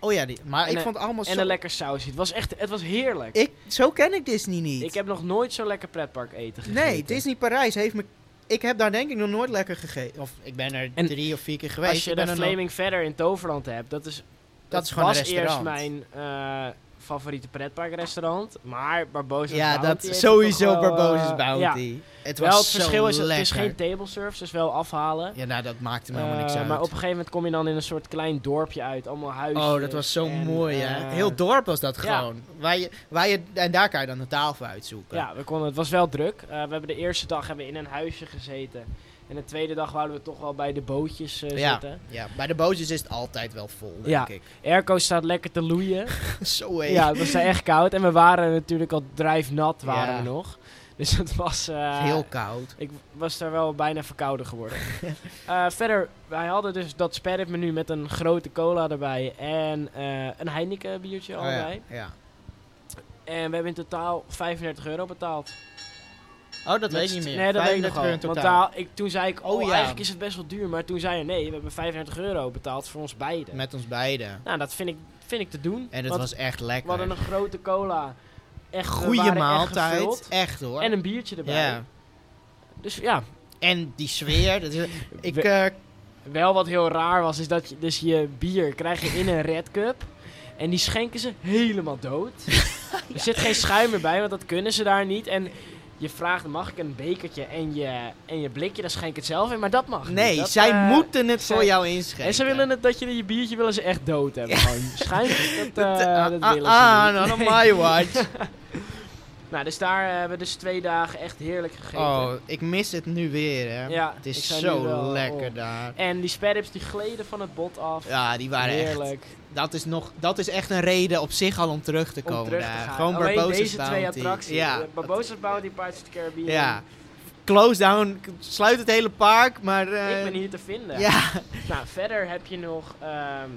S2: Oh ja, die, maar
S1: en
S2: ik
S1: een-
S2: vond het allemaal
S1: En
S2: zo...
S1: een lekker sausje. Het was echt, het was heerlijk.
S2: ik, zo ken ik Disney niet.
S1: Ik heb nog nooit zo lekker pretpark eten gegeten.
S2: Nee, Disney Parijs heeft me... Ik heb daar denk ik nog nooit lekker gegeten. Of ik ben er
S1: En
S2: drie of vier keer geweest.
S1: Als je
S2: Ik
S1: de
S2: ben er nog-
S1: Flaming Verder in Toverland hebt, dat is...
S2: Dat is gewoon een
S1: was eerst
S2: restaurant.
S1: mijn eh, favoriete pretparkrestaurant. Maar Barbosa's
S2: Ja,
S1: Bounty
S2: dat
S1: heeft
S2: sowieso
S1: toch wel,
S2: Barbosa's
S1: eh,
S2: Bounty.
S1: ja.
S2: Het was
S1: Wel, het
S2: zo
S1: verschil is,
S2: lekker.
S1: het is geen table service, dus wel afhalen.
S2: Ja, nou, dat maakte me helemaal niks
S1: Eh,
S2: uit.
S1: Maar op een gegeven moment kom je dan in een soort klein dorpje uit, allemaal eh, huizen.
S2: Oh, dat was zo mooi, hè? Heel
S1: dom.
S2: dorp was dat
S1: ja.
S2: gewoon. Waar je, waar je, en daar kan je dan de taal voor uitzoeken.
S1: Ja, we konden, het was wel druk. Eh, we hebben de eerste dag hebben we in een huisje gezeten. En de tweede dag wouden we toch wel bij de bootjes eh,
S2: Ja.
S1: zitten.
S2: Ja, bij de bootjes is het altijd wel vol, denk
S1: Ja.
S2: ik. *laughs*
S1: Airco staat lekker te loeien.
S2: zo, hé.
S1: Ja, het was daar echt koud. En we waren natuurlijk al drijfnat, waren
S2: Ja.
S1: we nog. Dus het was... eh,
S2: Heel koud.
S1: Ik was daar wel bijna verkouden geworden.
S2: *laughs*
S1: Eh, verder, wij hadden dus dat sperrit menu met een grote cola erbij en eh, een Heineken biertje
S2: Oh,
S1: allebei.
S2: ja. ja.
S1: En we hebben in totaal 35 euro betaald.
S2: Oh, dat
S1: Met
S2: weet ik
S1: z'n-
S2: niet meer.
S1: Nee, dat weet ik nog
S2: 35 euro
S1: wel.
S2: in
S1: Want
S2: totaal.
S1: daar- ik, toen zei ik,
S2: Oh,
S1: oh,
S2: ja.
S1: eigenlijk is het best wel duur. Maar toen zei je, nee, we hebben 35 euro betaald voor ons beiden.
S2: Met ons beiden.
S1: Nou, dat vind ik, vind ik te doen.
S2: En het
S1: want
S2: was echt
S1: we
S2: lekker.
S1: hadden een grote cola. Echt, we waren
S2: goede
S1: echt
S2: maaltijd.
S1: gevuld.
S2: echt, hoor.
S1: en een biertje erbij.
S2: Ja.
S1: Dus ja,
S2: En die sfeer.
S1: *laughs*
S2: dat is- ik,
S1: We-
S2: eh,
S1: Wel wat heel raar was, is dat je, dus je bier krijg je in een Red Cup. En die schenken ze helemaal
S2: *laughs*
S1: dood. Er zit geen schuim meer bij, want dat kunnen ze daar niet. En je vraagt, mag ik een bekertje en je, en je blikje, dan schenk ik het zelf in. Maar dat mag
S2: nee,
S1: niet. Dat,
S2: zij
S1: eh,
S2: moeten het
S1: ze-
S2: voor jou inschrijven.
S1: En ze willen het dat je je biertje willen ze echt dood hebben.
S2: *laughs*
S1: Gewoon. Schijnlijk, dat, eh,
S2: Ah,
S1: dat
S2: ah,
S1: willen
S2: ah,
S1: ze
S2: not
S1: niet.
S2: on
S1: *laughs* Nee.
S2: my watch.
S1: Nou, dus daar eh, hebben we dus twee dagen echt heerlijk gegeten.
S2: Oh, ik mis het nu weer, hè.
S1: Ja,
S2: het
S1: ik
S2: is
S1: zou
S2: zo
S1: nu wel-
S2: lekker
S1: oh.
S2: daar.
S1: En die sperrips die gleden van het bot af.
S2: Ja, die waren echt...
S1: heerlijk.
S2: Dat is, nog, dat is echt een reden op zich al om terug te komen
S1: om terug te
S2: daar.
S1: gaan.
S2: Gewoon
S1: Alleen
S2: Barbosa's
S1: deze twee
S2: Bounty.
S1: attracties.
S2: Ja,
S1: Ja. Barbosa's Bounty, Pirates of the Caribbean.
S2: ja. Close down, k- sluit het hele park, maar... eh,
S1: Ik ben hier te vinden.
S2: Ja.
S1: *laughs* Nou, verder heb je nog ehm,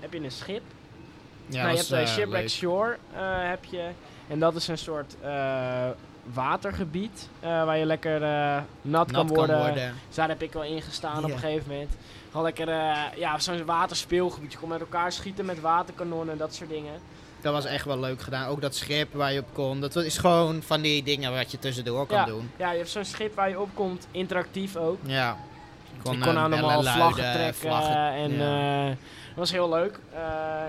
S1: heb je een schip.
S2: ja
S1: nou, je
S2: was,
S1: hebt eh,
S2: eh,
S1: Shipwreck
S2: leuk.
S1: Shore. eh, heb je. En dat is een soort eh, watergebied eh, waar je lekker eh, nat,
S2: Nat
S1: kan worden.
S2: worden.
S1: Dus daar heb ik wel in gestaan op
S2: Ja.
S1: een gegeven moment. Gewoon lekker eh, ja, zo'n waterspeelgebied. Je kon met elkaar schieten met waterkanonnen en dat soort dingen.
S2: Dat was echt wel leuk gedaan. Ook dat schip waar je op kon. Dat is gewoon van die dingen wat je tussendoor kan
S1: Ja.
S2: doen.
S1: Ja, je hebt zo'n schip waar je op komt, interactief ook.
S2: Ja.
S1: ik kon
S2: eh,
S1: aan
S2: bellen,
S1: allemaal vlaggen
S2: luiden, eh,
S1: trekken
S2: vlaggen.
S1: en
S2: ja.
S1: eh, was heel leuk. Eh,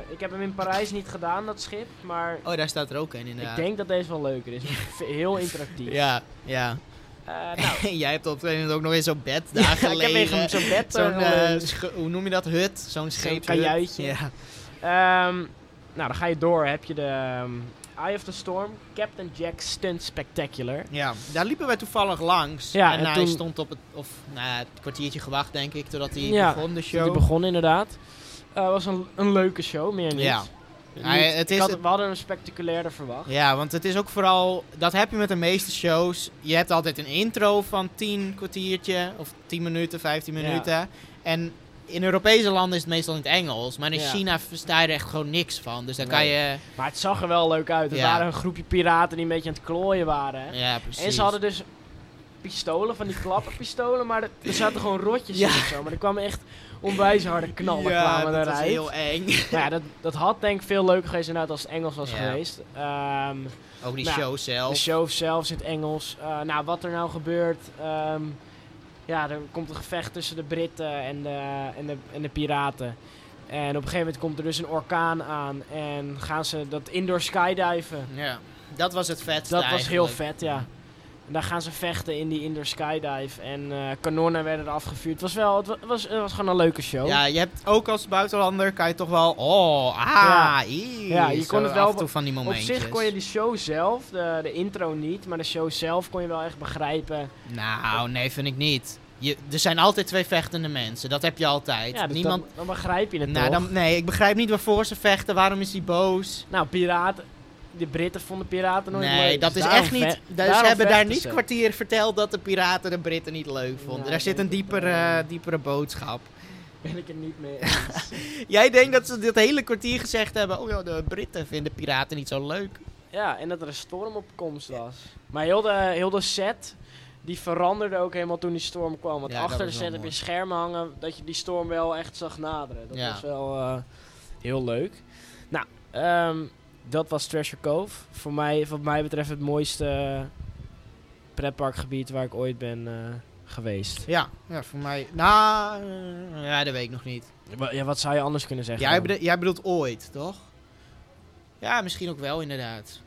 S1: ik heb hem in Parijs niet gedaan, dat schip. Maar
S2: Oh, daar staat er ook een inderdaad.
S1: ik denk dat deze wel leuker is. heel interactief.
S2: *laughs* Ja, ja.
S1: Eh, nou,
S2: *laughs* Jij hebt op een gegeven moment ook nog in zo'n
S1: *laughs*
S2: bed daar
S1: ik heb
S2: gelegen.
S1: even zo'n bed.
S2: Zo'n,
S1: eh,
S2: eh,
S1: gelegen.
S2: sche- hoe noem je dat? Hut? Zo'n scheep.
S1: kajuitje.
S2: Ja.
S1: Ehm, nou, dan ga je door. Heb je de ehm, Eye of the Storm, Captain Jack Stunt Spectacular.
S2: ja, daar liepen wij toevallig langs.
S1: Ja,
S2: en,
S1: en
S2: hij
S1: toen-
S2: stond op het, of, nou, het kwartiertje gewacht, denk ik, totdat hij
S1: Ja,
S2: begon, de show.
S1: Die begon inderdaad. Eh was een, een leuke show, meer niet.
S2: Ja.
S1: Niet-
S2: Hij- het
S1: ik
S2: is-
S1: had- we hadden een spectaculairder verwacht.
S2: Ja, want het is ook vooral, dat heb je met de meeste shows. Je hebt altijd een intro van 10 kwartiertje, of 10 minuten, 15
S1: Ja.
S2: minuten. En in Europese landen is het meestal in het Engels, maar in
S1: Ja.
S2: China versta je er echt gewoon niks van. Dus dan kan
S1: Nee.
S2: je.
S1: Maar het zag er wel leuk uit. Er
S2: Ja.
S1: waren een groepje piraten die een beetje aan het klooien waren. hè.
S2: Ja, precies.
S1: en ze hadden dus pistolen, van die klapperpistolen, maar er, er zaten gewoon rotjes
S2: Ja.
S1: in of zo. Maar er kwamen echt onwijs harde knallen
S2: ja,
S1: kwamen
S2: dat
S1: eruit.
S2: is heel eng.
S1: *laughs* Nou ja, dat, dat had denk ik veel leuker geweest inderdaad als het Engels was
S2: Ja.
S1: geweest. Ehm,
S2: Ook die
S1: Nou,
S2: show zelf.
S1: de show zelfs in het Engels. Eh, nou, wat er nou gebeurt. ehm, ja, er komt een gevecht tussen de Britten en de, en, de, en de piraten. En op een gegeven moment komt er dus een orkaan aan. En gaan ze dat indoor skydiven.
S2: Ja, dat was het vetste
S1: Dat was heel
S2: eigenlijk.
S1: vet, ja. En daar gaan ze vechten in die indoor skydive. En eh, kanonnen werden er afgevuurd. Het was, wel, het, wa- het was, het was gewoon een leuke show.
S2: Ja, je hebt ook als buitenlander kan je toch wel, oh, ah,
S1: Ja.
S2: ie,
S1: Ja, je
S2: zo
S1: kon het wel
S2: af en toe van die
S1: Op
S2: momentjes.
S1: zich kon je die show zelf, de, de intro niet, maar de show zelf kon je wel echt begrijpen.
S2: Nou, nee, vind ik niet. Je, er zijn altijd twee vechtende mensen, dat heb je altijd.
S1: Ja, dus
S2: Niemand...
S1: dan, dan begrijp je het
S2: nou,
S1: toch?
S2: dan, nee, ik begrijp niet waarvoor ze vechten, waarom is hij boos?
S1: Nou, piraten. De Britten vonden piraten nooit leuk.
S2: Nee, dat
S1: Dus
S2: is
S1: daarom
S2: echt
S1: ve-
S2: niet. Ze
S1: daarom
S2: hebben daar
S1: vechten
S2: niet
S1: ze.
S2: kwartier verteld dat de piraten de Britten niet leuk vonden.
S1: Nee,
S2: daar zit
S1: nee,
S2: een
S1: dat-
S2: diepere,
S1: eh,
S2: diepere boodschap.
S1: Ben ik het niet mee eens.
S2: Jij denkt dat ze dit hele kwartier gezegd hebben: oh ja, de Britten vinden piraten niet zo leuk.
S1: *laughs* ja, en dat er een storm op komst was. Maar heel de, heel de set, die veranderde ook helemaal toen die storm kwam. Want
S2: Ja, dat
S1: achter de
S2: was
S1: set
S2: wel
S1: heb je
S2: mooi.
S1: schermen hangen, dat je die storm wel echt zag naderen. Dat
S2: Ja.
S1: was wel eh, heel leuk. Nou, ehm, dat was Treasure Cove. Voor mij, wat mij betreft het mooiste pretparkgebied waar ik ooit ben eh, geweest.
S2: Ja, ja voor mij. Nou, eh, ja, dat weet ik nog niet.
S1: Wa- Ja, wat zou je anders kunnen zeggen?
S2: Jij,
S1: dan?
S2: bedo- jij bedoelt ooit, toch? Ja, misschien ook wel, inderdaad.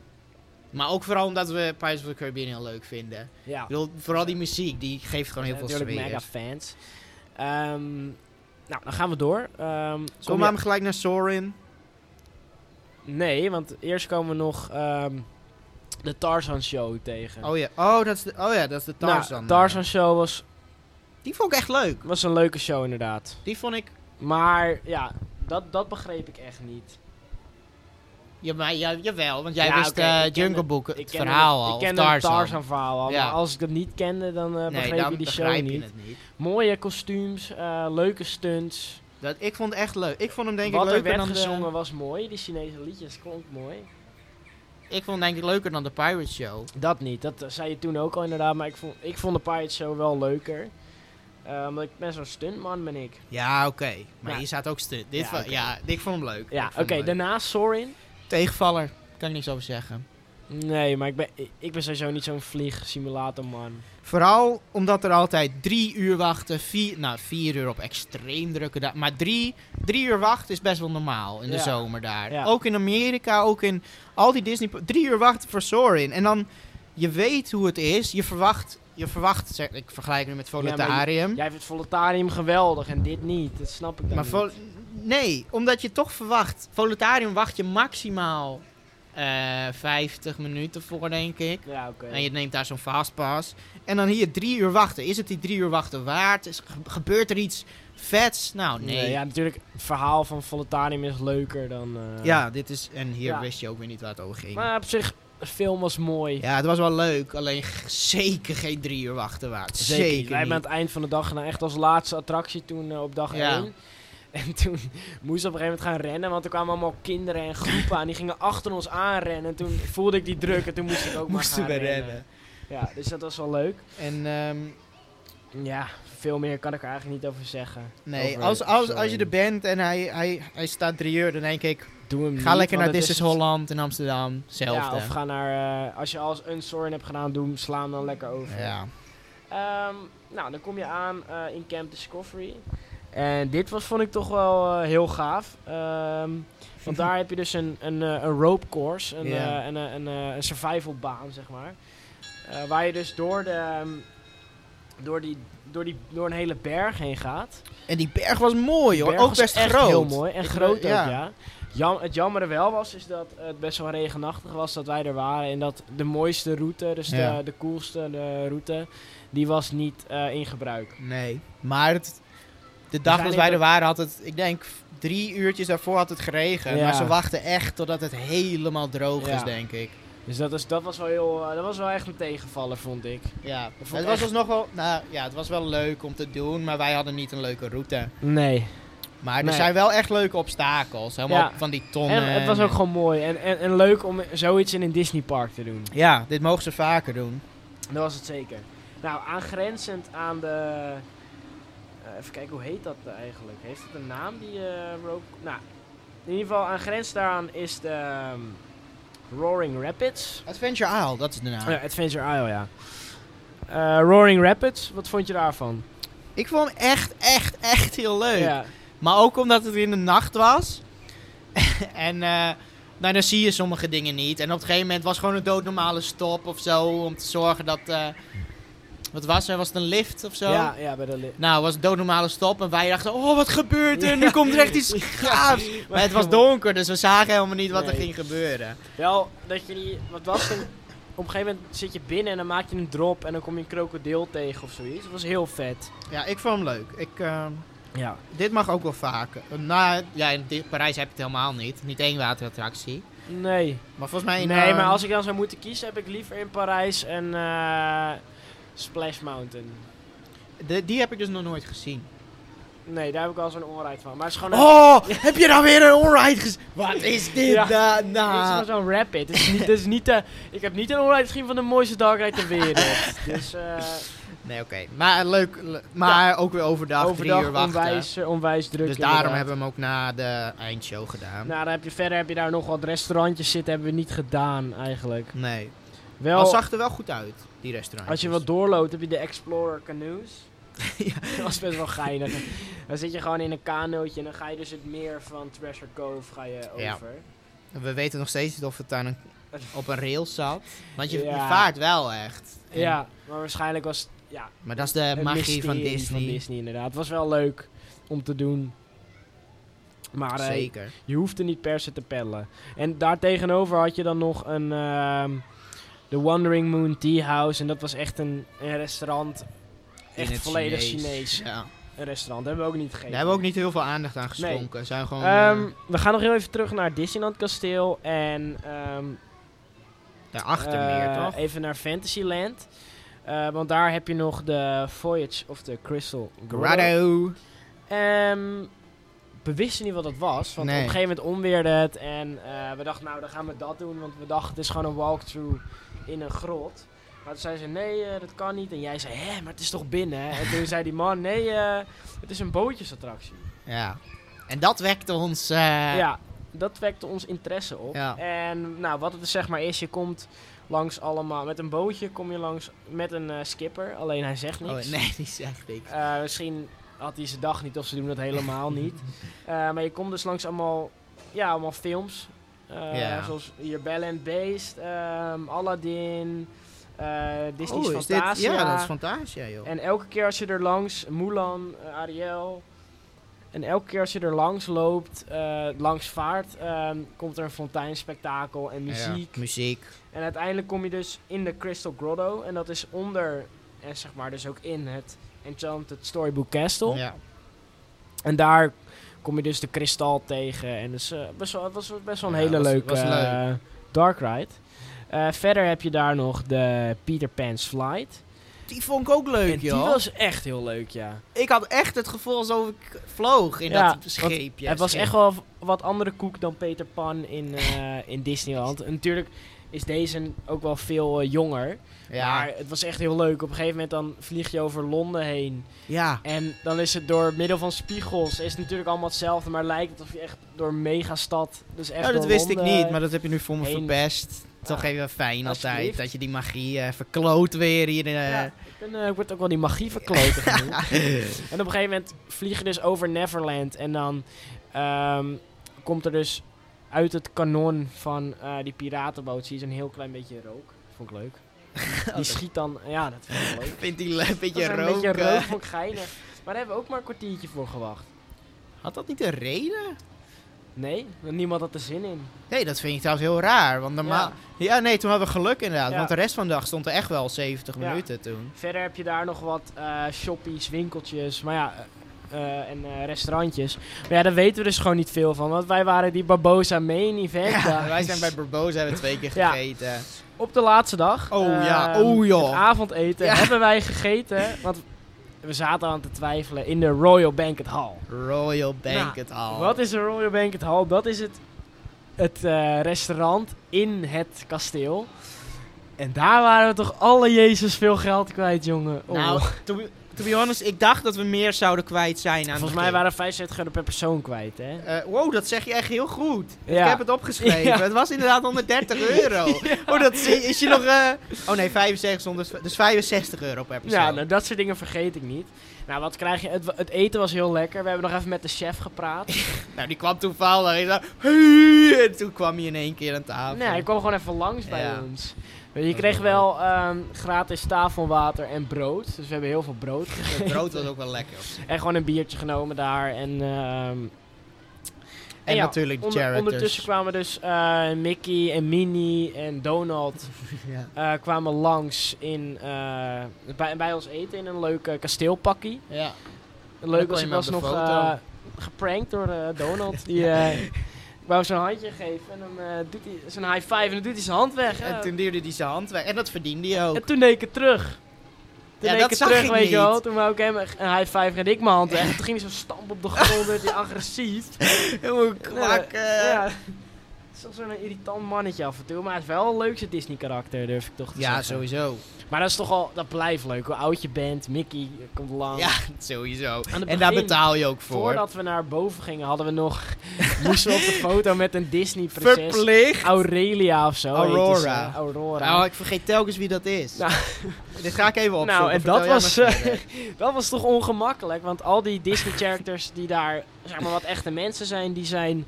S2: Maar ook vooral omdat we Pirates of the Caribbean heel leuk vinden.
S1: Ja.
S2: Ik bedoel, vooral die muziek, die geeft gewoon heel
S1: zijn
S2: veel
S1: Eh, natuurlijk mega
S2: sfeer.
S1: fans. Ehm, nou, dan gaan we door. Ehm, kom
S2: Kom
S1: je-
S2: maar gelijk naar Sorin.
S1: Nee, want eerst komen we nog ehm, de Tarzan Show tegen.
S2: Oh ja, oh, dat is de, oh, ja, dat is de
S1: Nou,
S2: Tarzan.
S1: Tarzan Show was,
S2: Die vond ik echt leuk.
S1: was een leuke show inderdaad.
S2: Die vond ik...
S1: Maar ja, dat, dat begreep ik echt niet.
S2: Ja, maar, ja, jawel, want jij
S1: Ja,
S2: wist
S1: oké,
S2: eh,
S1: ik ken
S2: Jungle
S1: het-
S2: Book het
S1: Ik kende
S2: verhaal
S1: het-
S2: al.
S1: Ik
S2: of
S1: kende het
S2: Tarzan.
S1: Tarzan verhaal al,
S2: Ja.
S1: maar als ik dat niet kende, dan eh,
S2: nee,
S1: begreep
S2: dan
S1: je die show
S2: begrijp je
S1: niet.
S2: het niet.
S1: Mooie kostuums, eh, leuke stunts.
S2: Dat, ik vond het echt leuk. Ik vond hem denk
S1: Wat
S2: ik
S1: er
S2: leuker
S1: werd
S2: dan
S1: gezongen
S2: de...
S1: was mooi. Die Chinese liedjes klonk mooi.
S2: Ik vond hem denk ik leuker dan de Pirate Show.
S1: Dat niet, dat eh, zei je toen ook al inderdaad, maar ik vond, ik vond de Pirate Show wel leuker. Eh, omdat ik ben zo'n stuntman, ben ik.
S2: Ja, oké. Maar
S1: Ja.
S2: hier staat ook stunt. Dit
S1: Ja,
S2: ja,
S1: oké.
S2: ja, ik vond hem leuk.
S1: Ja,
S2: Ik vond
S1: oké,
S2: hem leuk.
S1: daarna Sorin.
S2: Tegenvaller. Kan ik niks over zeggen.
S1: Nee, maar ik ben, ik- ik ben sowieso niet zo'n vliegsimulatorman.
S2: Vooral omdat er altijd drie uur wachten. Vier, nou, vier uur op extreem drukke dagen. Maar drie, drie uur wachten is best wel normaal in de
S1: Ja.
S2: zomer daar.
S1: Ja.
S2: Ook in Amerika, ook in al die Disney... Drie uur wachten voor Sorin. En dan, je weet hoe het is. Je verwacht... Je verwacht, zeg, ik vergelijk nu met
S1: maar je-
S2: Voletarium.
S1: Jij vindt Voletarium geweldig en dit niet, dat snap ik dan
S2: Hm? Maar
S1: niet.
S2: vol- nee, omdat je toch verwacht. Voletarium wacht je maximaal eh 50 minuten voor, denk ik.
S1: Ja, oké.
S2: En je neemt daar zo'n fastpass. En dan hier drie uur wachten. Is het die drie uur wachten waard? Is, ge- gebeurt er iets vets? Nou, nee.
S1: Nee,
S2: ja.
S1: Ja, natuurlijk, het verhaal van Voletarium is leuker dan... eh,
S2: dit is... En hier
S1: Ja.
S2: wist je ook weer niet waar het over ging.
S1: Maar op zich, de film was mooi.
S2: ja, het was wel leuk. Alleen g- zeker geen drie uur wachten waard. Zeker,
S1: niet. Wij hebben
S2: niet.
S1: aan het eind van de dag gedaan, echt als laatste attractie toen eh, op dag
S2: Ja.
S1: 1. *laughs* En toen moest op een gegeven moment gaan rennen, want er kwamen allemaal kinderen en groepen aan. Die gingen achter ons aanrennen. En toen voelde ik die druk en toen moest ik ook
S2: Moesten
S1: maar
S2: we
S1: gaan
S2: rennen.
S1: Ja, dus dat was wel leuk.
S2: En ehm,
S1: Ja, veel meer kan ik er eigenlijk niet over zeggen.
S2: nee,
S1: Over-
S2: als, als, als
S1: sorry.
S2: je er bent en hij, hij, hij staat drie uur, dan denk ik...
S1: Doe hem
S2: Ga
S1: niet,
S2: lekker
S1: want
S2: naar
S1: het
S2: This is
S1: het-
S2: Holland in Amsterdam. Zelfde.
S1: Ja, of ga naar, eh, als je alles een soort hebt gedaan, doe hem, sla hem dan lekker over.
S2: Ja.
S1: Ehm, nou, dan kom je aan eh, in Camp Discovery. En dit was, vond ik toch wel eh, heel gaaf. Ehm, want daar heb je dus een, een, eh, een rope course, een,
S2: Ja.
S1: eh, een, eh, een, eh, een survival baan, zeg maar. Eh, waar je dus door, de, ehm, door, die, door, die, door een hele berg heen gaat.
S2: En die berg was mooi
S1: Die
S2: hoor,
S1: berg
S2: ook
S1: was
S2: best
S1: echt
S2: groot.
S1: heel mooi en
S2: Ik
S1: groot ook,
S2: bedoel,
S1: ja. Jam, het jammer wel was, is dat het best wel regenachtig was dat wij er waren. En dat de mooiste route, dus
S2: Ja.
S1: de, de coolste eh, route, die was niet eh, in gebruik.
S2: Nee, maar het, de dag
S1: zijn
S2: dat
S1: in
S2: wij
S1: de-
S2: er waren had het, ik denk f- drie uurtjes daarvoor had het geregend.
S1: Ja.
S2: Maar ze wachten echt totdat het helemaal droog
S1: Ja.
S2: is, denk ik.
S1: Dus dat, is, dat was wel heel, eh, dat was wel echt een tegenvaller, vond ik.
S2: Ja,
S1: vond
S2: het
S1: ik
S2: was
S1: echt-
S2: alsnog wel, nou ja, het was wel leuk om te doen, maar wij hadden niet een leuke route.
S1: Nee.
S2: Maar er
S1: Nee.
S2: zijn wel echt leuke obstakels, helemaal
S1: Ja.
S2: van die tonnen.
S1: En het was ook gewoon mooi en, en, en leuk om zoiets in een Disneypark te doen.
S2: Ja, dit mogen ze vaker doen.
S1: Dat was het zeker. Nou, aangrenzend aan de... eh, even kijken, hoe heet dat eigenlijk? Heeft het een naam, die eh, rope... Nou, in ieder geval aangrenzend daaraan is de ehm, Roaring Rapids.
S2: Adventure Isle, dat is de naam.
S1: Oh ja, Adventure Isle, ja. Eh, Roaring Rapids, wat vond je daarvan?
S2: Ik vond hem echt, echt, echt heel leuk.
S1: Ja,
S2: Maar ook omdat het in de nacht was. *laughs* en eh, nou, dan zie je sommige dingen niet. En op een gegeven moment was gewoon een doodnormale stop of zo. Om te zorgen dat. eh, wat was er? Was het een lift of zo?
S1: ja, ja, bij de... li-
S2: Nou, was een doodnormale stop. En wij dachten: oh, wat gebeurt er? Nu komt er *laughs* echt iets gaafs. *laughs* Maar het was donker, dus we zagen helemaal niet wat er
S1: Nee.
S2: ging gebeuren.
S1: Wel, dat je die... Wat was het? Op een gegeven moment zit je binnen en dan maak je een drop en dan kom je een krokodil tegen of zoiets. Dat was heel vet.
S2: Ja, ik vond hem leuk. Ik, eh,
S1: Ja.
S2: dit mag ook wel vaker. Nou, ja, in Di- Parijs heb je het helemaal niet. Niet één waterattractie.
S1: Nee.
S2: Maar volgens mij. in,
S1: Nee,
S2: eh,
S1: maar als ik dan zou moeten kiezen, heb ik liever in Parijs een eh, Splash Mountain.
S2: de- die heb ik dus nog nooit gezien.
S1: Nee, daar heb ik al zo'n onrijd van. Maar het is gewoon een...
S2: Oh, heb je nou weer een onride gezien? Wat is dit?
S1: Ja.
S2: nou?
S1: Dit is gewoon zo'n rapid. Het is niet, dit is niet de, ik heb niet een onrijd misschien van de mooiste dark ride ter
S2: *laughs*
S1: wereld. Dus eh
S2: Nee, oké. Maar leuk, le- maar ook weer overdag, drie
S1: overdag
S2: uur wachten.
S1: onwijs, eh, onwijs druk.
S2: dus daarom
S1: inderdaad.
S2: hebben we hem ook na de eindshow gedaan.
S1: Nou, dan heb je, verder heb je daar nog wat restaurantjes zitten. Hebben we niet gedaan eigenlijk.
S2: Nee.
S1: Wel,
S2: Wel, het zag er wel goed uit, die restaurant.
S1: Als je wat doorloopt, heb je de Explorer
S2: *laughs*
S1: Canoes. *laughs* Dat was best wel geinig. Dan zit je gewoon in een kanootje en dan ga je dus het meer van Treasure Cove ga je
S2: Ja.
S1: over.
S2: We weten nog steeds niet of het aan een, op een rail zat. Want je, je
S1: Ja.
S2: vaart wel echt.
S1: Ja,
S2: En-
S1: maar waarschijnlijk was het ja,
S2: Maar dat is de
S1: het
S2: magie van
S1: mysterie
S2: Disney.
S1: van Disney inderdaad. Het was wel leuk om te doen. Maar eh,
S2: Zeker.
S1: je hoeft er niet per se te peddelen. En daartegenover had je dan nog een... ehm, de Wandering Moon Tea House. En dat was echt een, een restaurant.
S2: In
S1: Echt
S2: het
S1: volledig Chinees.
S2: Ja.
S1: Een restaurant. Daar hebben we ook niet
S2: Daar
S1: gegeten.
S2: hebben we ook niet heel veel aandacht aan geschonken. Zijn gewoon...
S1: Ehm,
S2: eh,
S1: we gaan nog heel even terug naar Disneyland Kasteel en ehm,
S2: daarachter meer,
S1: eh,
S2: toch?
S1: even naar Fantasyland. Eh, want daar heb je nog de Voyage of the Crystal Grotto.
S2: Grotto.
S1: Ehm, we wisten niet wat dat was, want
S2: Nee.
S1: op een gegeven moment onweerde het. En eh, we dachten, nou dan gaan we dat doen, want we dachten het is gewoon een walkthrough in een grot. Maar toen zei ze, nee, eh, dat kan niet. En jij zei, hè, maar het is toch binnen? En
S2: *laughs*
S1: toen zei die man, nee, eh, het is een bootjesattractie.
S2: Ja. En dat wekte ons. eh,
S1: ja, dat wekte ons interesse op.
S2: Ja.
S1: En nou, wat het dus zeg maar is, je komt langs allemaal... Met een bootje kom je langs met een eh, skipper, alleen hij zegt niks.
S2: Oh, nee, *laughs* die zegt ik.
S1: Eh, misschien had hij zijn dag niet of ze doen dat helemaal
S2: *laughs*
S1: niet. Eh, maar je komt dus langs allemaal, ja, allemaal films. Eh,
S2: Ja.
S1: Zoals hier Bell and Beast, ehm, Aladdin, eh Disney's
S2: Oh, is dit-
S1: Fantasia.
S2: Ja, dat is Fantasia, joh.
S1: En elke keer als je er langs, Mulan, eh, Ariel. En elke keer als je er langs loopt, eh, langs vaart, ehm, komt er een fonteinspektakel en muziek.
S2: Ja, muziek.
S1: En uiteindelijk kom je dus in de Crystal Grotto. En dat is onder, en zeg maar dus ook in het Enchanted Storybook Castle.
S2: Ja.
S1: En daar kom je dus de kristal tegen. En dus, eh, best wel, het was best wel een
S2: Ja,
S1: hele
S2: was-
S1: leuke
S2: was leuk.
S1: eh, dark ride. Eh, verder heb je daar nog de Peter Pan's Flight.
S2: Die vond ik ook leuk,
S1: en die
S2: joh.
S1: was echt heel leuk, ja.
S2: Ik had echt het gevoel alsof ik vloog in
S1: Ja,
S2: dat scheepje.
S1: het was
S2: Schip.
S1: echt wel v- wat andere koek dan Peter Pan in,
S2: *laughs*
S1: eh, in Disneyland. En natuurlijk is deze ook wel veel eh, jonger. Maar
S2: Ja.
S1: het was echt heel leuk. Op een gegeven moment dan vlieg je over Londen heen.
S2: ja.
S1: En dan is het door middel van spiegels. Is het natuurlijk allemaal hetzelfde. Maar lijkt het of je echt door een megastad. Dus echt
S2: Nou, dat
S1: door
S2: wist ik
S1: Londen-
S2: niet, maar dat heb je nu voor me
S1: heen.
S2: verpest. Toch
S1: Ja.
S2: even fijn altijd
S1: Alsjeblieft.
S2: dat je die magie eh, verkloot weer hier. eh,
S1: Ja, ben, eh, ik word ook wel die magie
S2: *laughs*
S1: verkloten genoemd. En op een gegeven moment vlieg je dus over Neverland. En dan ehm, komt er dus uit het kanon van eh, die piratenboot... zie je zo'n heel klein beetje rook. Vond ik
S2: *laughs*
S1: leuk. Die schiet dan... Ja, dat vind ik leuk.
S2: Vindt die een beetje
S1: Dat is
S2: rook.
S1: Een beetje
S2: eh,
S1: rook vond ik geinig. Maar daar hebben we ook maar een kwartiertje voor gewacht.
S2: Had dat niet een reden?
S1: Nee, want niemand had er zin in.
S2: Nee, dat vind ik trouwens heel raar. Want normaal...
S1: Ja.
S2: Ja, nee, toen hadden we geluk inderdaad.
S1: Ja.
S2: Want de rest van de dag stond er echt wel 70
S1: Ja.
S2: minuten toen.
S1: Verder heb je daar nog wat eh shoppies, winkeltjes, maar ja, eh, eh, en eh, restaurantjes. Maar ja, daar weten we dus gewoon niet veel van, want wij waren die Barbosa main event.
S2: Ja,
S1: eh,
S2: wij zijn bij Barboza hebben twee keer
S1: Ja.
S2: gegeten.
S1: Op de laatste dag.
S2: Oh
S1: ehm,
S2: ja, oh ja.
S1: Het avondeten
S2: Ja.
S1: hebben wij gegeten, want we zaten aan te twijfelen in de Royal Banquet Hall.
S2: Royal Banquet Hall.
S1: Nou, Wat is de Royal Banquet Hall? Dat is het, het eh, restaurant in het kasteel. En daar waren we toch alle Jezus veel geld kwijt, jongen. Oh.
S2: Nou, to be, to be honest, ik dacht dat we meer zouden kwijt zijn aan
S1: Volgens
S2: het
S1: mij
S2: begin.
S1: waren er 75 euro per persoon kwijt, hè?
S2: Eh, wow, dat zeg je echt heel goed.
S1: Ja.
S2: Ik heb het opgeschreven.
S1: Ja.
S2: Het was
S1: *laughs*
S2: inderdaad 130 euro. Oh, dat is, is je nog... eh, oh nee, 75, zonder- dus 65 euro per persoon.
S1: Ja, nou, dat soort dingen vergeet ik niet. Nou, wat krijg je? Het, wa- het eten was heel lekker. We hebben nog even met de chef gepraat.
S2: Nou, die kwam toevallig. Ik dacht, "Hey!" en toen kwam hij in één keer aan tafel.
S1: nee, hij kwam gewoon even langs bij
S2: Ja.
S1: ons. Maar Je kreeg wel ehm, gratis tafelwater en brood. Dus we hebben heel veel brood gegeten. *laughs*
S2: Het brood was ook wel lekker. op zich.
S1: En gewoon een biertje genomen daar. En, ehm,
S2: En
S1: ja,
S2: natuurlijk de
S1: onder-
S2: characters.
S1: ondertussen kwamen dus eh, Mickey en Minnie en Donald
S2: *laughs* Ja.
S1: eh, kwamen langs in, eh, bij, bij ons eten in een leuk eh, kasteelpakkie.
S2: ja.
S1: Leuk
S2: kon
S1: was
S2: je
S1: ik
S2: me
S1: was
S2: op de
S1: nog
S2: foto.
S1: eh, geprankt door eh,
S2: *laughs*
S1: Donald. Die eh, wou zijn handje geven en dan eh, doet hij zijn high five en dan doet hij zijn hand weg. hè.
S2: En toen duurde hij zijn hand weg. En dat verdiende hij ook.
S1: En toen deed ik het terug. Toen deed
S2: Ja,
S1: ik
S2: dat
S1: het
S2: zag
S1: terug,
S2: ik
S1: weet je wel.
S2: niet.
S1: Toen wou ik hem echt een high five en ik mijn hand
S2: *laughs*
S1: weg. Toen ging hij zo stamp op de grond, werd hij agressief.
S2: Eh. Helemaal kwakken.
S1: Ja. Het is toch zo'n irritant mannetje af en toe, maar hij is wel een leukse Disney karakter, durf ik toch te
S2: Ja,
S1: zeggen.
S2: sowieso.
S1: Maar dat is toch al, dat blijft leuk, hoe oud je bent, Mickey eh, komt lang.
S2: Ja, sowieso.
S1: Aan het
S2: En daar
S1: begin-
S2: betaal je ook voor.
S1: Voordat we naar boven gingen, hadden we
S2: *laughs*
S1: nog. moesten we op de foto met een Disney-prinses.
S2: Verplicht.
S1: Aurelia of zo. heet ze,
S2: Aurora.
S1: eh, Aurora.
S2: Oh, ik vergeet telkens wie dat is.
S1: Nou.
S2: *laughs* Dit ga ik even opzoeken.
S1: Nou, en
S2: Vertel
S1: dat
S2: jij
S1: was,
S2: maar
S1: eh,
S2: *laughs* verder.
S1: Dat was toch ongemakkelijk, want al die Disney-characters die daar, zeg maar, wat echte mensen zijn, die zijn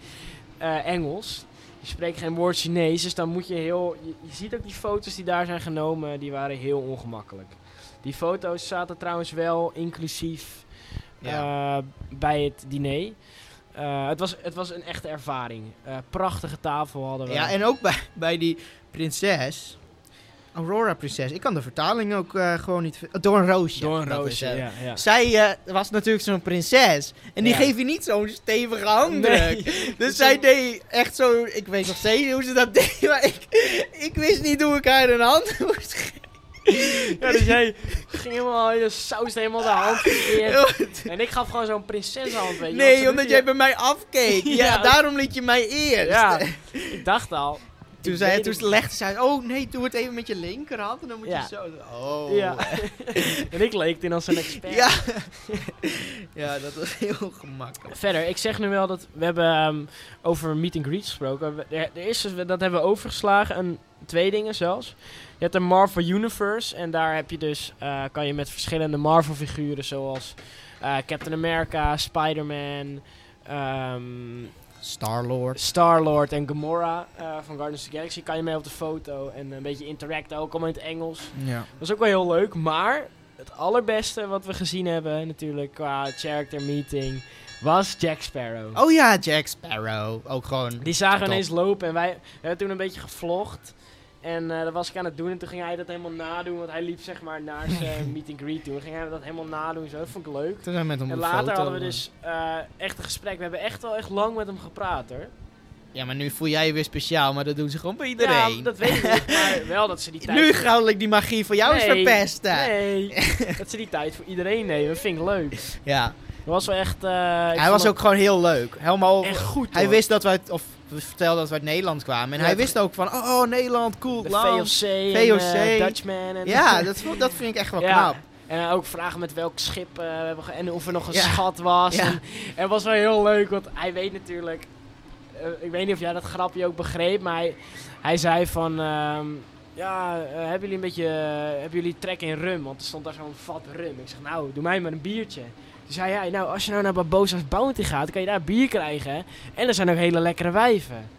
S1: eh, Engels. Je spreekt geen woord Chinees, dus dan moet je heel. Je, je ziet ook die foto's die daar zijn genomen, die waren heel ongemakkelijk. Die foto's zaten trouwens wel inclusief
S2: Ja.
S1: eh, bij het diner. Eh, het, was, het was een echte ervaring. Eh, prachtige tafel hadden we.
S2: Ja, en ook bij, bij die prinses. Aurora prinses. Ik kan de vertaling ook eh, gewoon niet... ver- Door een roosje.
S1: Door een
S2: dat is
S1: roosje.
S2: hem.
S1: Ja, ja.
S2: Zij eh, was natuurlijk zo'n prinses. En die
S1: Ja.
S2: geef je niet zo'n stevige handdruk.
S1: Nee.
S2: Dus zij deed echt zo... Ik weet nog steeds niet hoe ze dat *laughs* deed. Maar ik, ik wist niet hoe ik haar een hand *laughs* moest geven.
S1: Ja, dus jij *laughs* ging helemaal, je saus helemaal de hand verkeerd. En ik gaf gewoon zo'n prinsessenhand, weet je. want
S2: Nee,
S1: ze
S2: omdat
S1: doet
S2: jij bij mij afkeek. Ja,
S1: Ja.
S2: daarom liet je mij eerst.
S1: Ja, ik dacht al.
S2: Toen,
S1: ik
S2: zei,
S1: weet
S2: toen
S1: het-
S2: legde zij... Oh nee, doe het even met je linkerhand. En dan moet
S1: Ja.
S2: je zo... Oh.
S1: Ja. *laughs* en ik leek in als een expert.
S2: Ja.
S1: *laughs*
S2: ja, dat was heel gemakkelijk.
S1: Verder, ik zeg nu wel dat we hebben ehm, over meet and greet gesproken. We- Er, er is, dus- dat hebben we overgeslagen, een, twee dingen zelfs. Je hebt de Marvel Universe en daar heb je dus, eh, kan je met verschillende Marvel figuren zoals eh, Captain America, Spider-Man, ehm,
S2: Star-Lord.
S1: Star-Lord en Gamora eh, van Guardians of the Galaxy kan je mee op de foto en eh, een beetje interacten, ook allemaal in het Engels.
S2: Ja.
S1: Dat was ook wel heel leuk, maar het allerbeste wat we gezien hebben natuurlijk qua character meeting was Jack Sparrow.
S2: Oh ja, Jack Sparrow. Ook gewoon...
S1: Die zagen we
S2: Top.
S1: ineens lopen en wij we hebben toen een beetje gevlogd. En eh, dat was ik aan het doen en toen ging hij dat helemaal nadoen, want hij liep zeg maar
S2: *laughs*
S1: naar zijn meet and greet toe. Ging hij dat helemaal nadoen, zo dat vond ik leuk.
S2: Toen zijn we met hem
S1: En
S2: op
S1: later
S2: foto,
S1: hadden we
S2: eh.
S1: dus eh, echt een gesprek. We hebben echt wel echt lang met hem gepraat hoor.
S2: Ja, maar nu voel jij je weer speciaal, maar dat doen ze gewoon bij iedereen.
S1: Ja, dat weet ik niet, maar wel dat ze die tijd...
S2: *laughs* Nu gauwelijk die magie voor jou
S1: Nee,
S2: is verpest. hè? *laughs*
S1: Nee, dat ze die tijd voor iedereen nemen, vind ik leuk. Dat
S2: Ja,
S1: was wel echt... eh, ik
S2: hij
S1: vond
S2: was
S1: het
S2: ook gewoon heel leuk. Helemaal.
S1: echt goed
S2: Hij
S1: hoor.
S2: wist dat we uit, of we vertelden dat we uit Nederland kwamen. En
S1: Ja,
S2: hij
S1: het-
S2: wist ook van, oh, oh, Nederland, cool,
S1: De
S2: land.
S1: VOC, en,
S2: VOC.
S1: eh, Dutchman. En
S2: Ja, dat, vond- dat vind ik echt wel
S1: Ja.
S2: knap.
S1: En eh, ook vragen met welk schip eh, we hebben ge- en of er nog een
S2: Ja.
S1: schat was.
S2: Ja.
S1: En, en het was wel heel leuk, want hij weet natuurlijk... eh, ik weet niet of jij dat grapje ook begreep, maar hij, hij zei van... ehm, ja, eh, hebben jullie een beetje, eh, hebben jullie trek in rum? Want er stond daar zo'n vat rum. Ik zeg, nou, doe mij maar een biertje. Toen zei hij, nou, als je nou naar Barbosa's Bounty gaat, dan kan je daar bier krijgen. En er zijn ook hele lekkere wijven.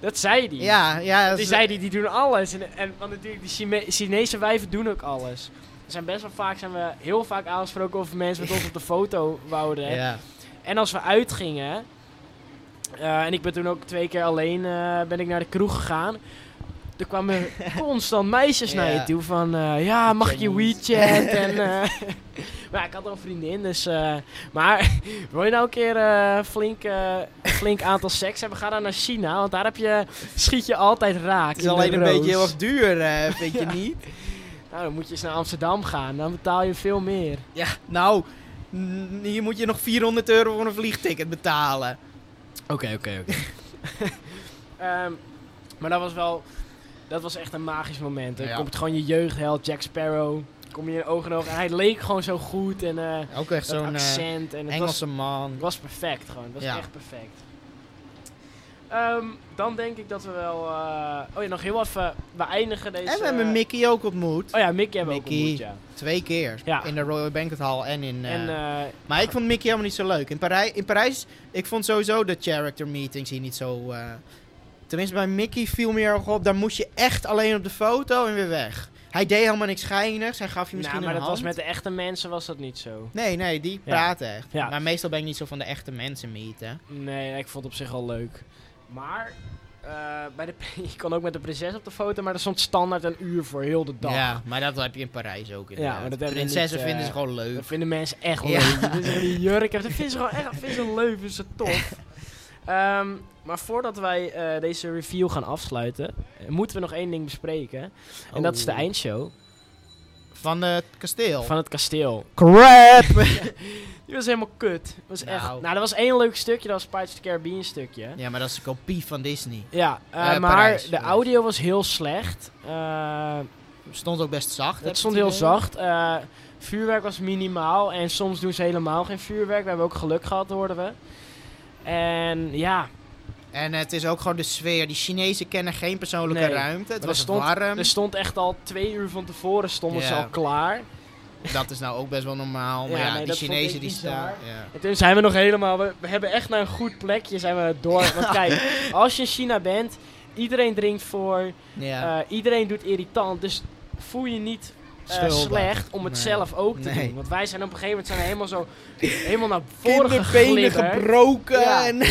S1: Dat zei hij.
S2: Ja, ja. dat
S1: Die
S2: is-
S1: zeiden, die doen alles. En, en, want natuurlijk, die Chime- Chinese wijven doen ook alles. We zijn best wel vaak, zijn we heel vaak aangesproken of mensen met ons op de foto wouden.
S2: Ja.
S1: En als we uitgingen, eh, en ik ben toen ook twee keer alleen eh, ben ik naar de kroeg gegaan. Er
S2: *laughs*
S1: kwamen constant meisjes naar je
S2: Ja.
S1: toe van, eh, ja, mag ik je
S2: Chinese. *laughs*
S1: WeChat? en, eh, *laughs* maar ik had al een vriendin, dus... eh, maar *laughs* wil je nou een keer eh, flink, eh, een flink aantal seks hebben, ga dan naar China. Want daar heb je, schiet je altijd raak.
S2: Het is
S1: in de
S2: alleen een beetje heel
S1: roos. *laughs*
S2: erg duur, eh, vind je niet?
S1: Nou, dan moet je eens naar Amsterdam gaan. Dan betaal je veel meer.
S2: Ja, nou, n- hier moet je nog 400 euro voor een vliegticket betalen.
S1: Oké, oké, *laughs* oké. Ehm, maar dat was wel... Dat was echt een magisch moment. Er
S2: Ja.
S1: komt gewoon je jeugdheld, Jack Sparrow. Kom je in oog en oog. En hij leek gewoon zo goed. En eh
S2: Ook echt
S1: dat
S2: zo'n eh,
S1: accent. En het was,
S2: Engelse
S1: het
S2: man.
S1: was perfect gewoon. Het was
S2: Ja.
S1: echt perfect. Ehm, dan denk ik dat we wel... eh, oh ja, nog heel even... We eindigen deze...
S2: En we hebben Mickey ook ontmoet.
S1: Oh ja, Mickey hebben we ook
S2: Mickey.
S1: ontmoet, ja.
S2: Twee keer.
S1: Ja.
S2: In de Royal Banquet Hall en in... eh,
S1: En eh,
S2: maar ik vond Mickey helemaal niet zo leuk. In, Parij in Parijs, ik vond sowieso de character meetings hier niet zo... eh, tenminste, bij Mickey viel meer op. Dan moest je echt alleen op de foto en weer weg. Hij deed helemaal niks geinigs. Hij gaf
S1: nou,
S2: je misschien
S1: maar dat
S2: een hand.
S1: was met de echte mensen was dat niet zo.
S2: Nee, nee, die
S1: Ja.
S2: praten echt.
S1: Ja.
S2: Maar meestal ben ik niet zo van de echte mensen meeten.
S1: Nee, ik vond het op zich al leuk. Maar eh, bij de, *laughs* je kon ook met de prinses op de foto, maar er stond standaard een uur voor heel de dag.
S2: Ja, maar dat heb je in Parijs ook inderdaad.
S1: maar dat hebben we
S2: Prinsessen
S1: niet, eh,
S2: vinden ze gewoon leuk.
S1: Dat vinden mensen echt
S2: Ja.
S1: leuk. Dat is die jurk. Dat vinden ze gewoon echt vinden ze leuk. Vinden ze
S2: *laughs*
S1: tof. Ehm, maar voordat wij eh, deze review gaan afsluiten, eh, moeten we nog één ding bespreken. En dat is de
S2: Oh.
S1: eindshow
S2: Van het kasteel.
S1: van het kasteel.
S2: crap!
S1: *laughs* Die was helemaal kut. Dat was echt,
S2: Nou.
S1: nou, er was één leuk stukje. Dat was Pirates of the Caribbean stukje.
S2: Ja, maar dat is een kopie van Disney.
S1: Ja, eh,
S2: Eh,
S1: maar
S2: Parijs,
S1: de
S2: Parijs.
S1: audio was heel slecht. Eh,
S2: Stond ook best zacht. heb
S1: het
S2: ik
S1: stond heel
S2: idee.
S1: zacht. Eh, vuurwerk was minimaal en soms doen ze helemaal geen vuurwerk. We hebben ook geluk gehad, hoorden we. En ja,
S2: En het is ook gewoon de sfeer. Die Chinezen kennen geen persoonlijke
S1: Nee.
S2: ruimte. Het
S1: er
S2: was
S1: stond-
S2: warm.
S1: er stond echt al twee uur van tevoren stonden ze
S2: Ja.
S1: al klaar.
S2: Dat is nou ook best wel normaal. Maar
S1: Ja,
S2: ja,
S1: nee,
S2: die
S1: dat vond
S2: Chinezen
S1: ik
S2: die
S1: bizar.
S2: staan. Ja.
S1: En toen zijn we nog helemaal, we, we hebben echt naar een goed plekje zijn we door.
S2: *laughs*
S1: Want kijk, als je in China bent, iedereen drinkt voor,
S2: Ja.
S1: eh, iedereen doet irritant. Dus voel je niet eh,
S2: Schuldig.
S1: slecht om het
S2: Nee.
S1: zelf ook te
S2: Nee.
S1: doen. Want wij zijn op een gegeven moment zijn we helemaal zo helemaal
S2: *laughs*
S1: naar voren
S2: Kinderbenen
S1: geglibberd.
S2: gebroken.
S1: Ja.
S2: en-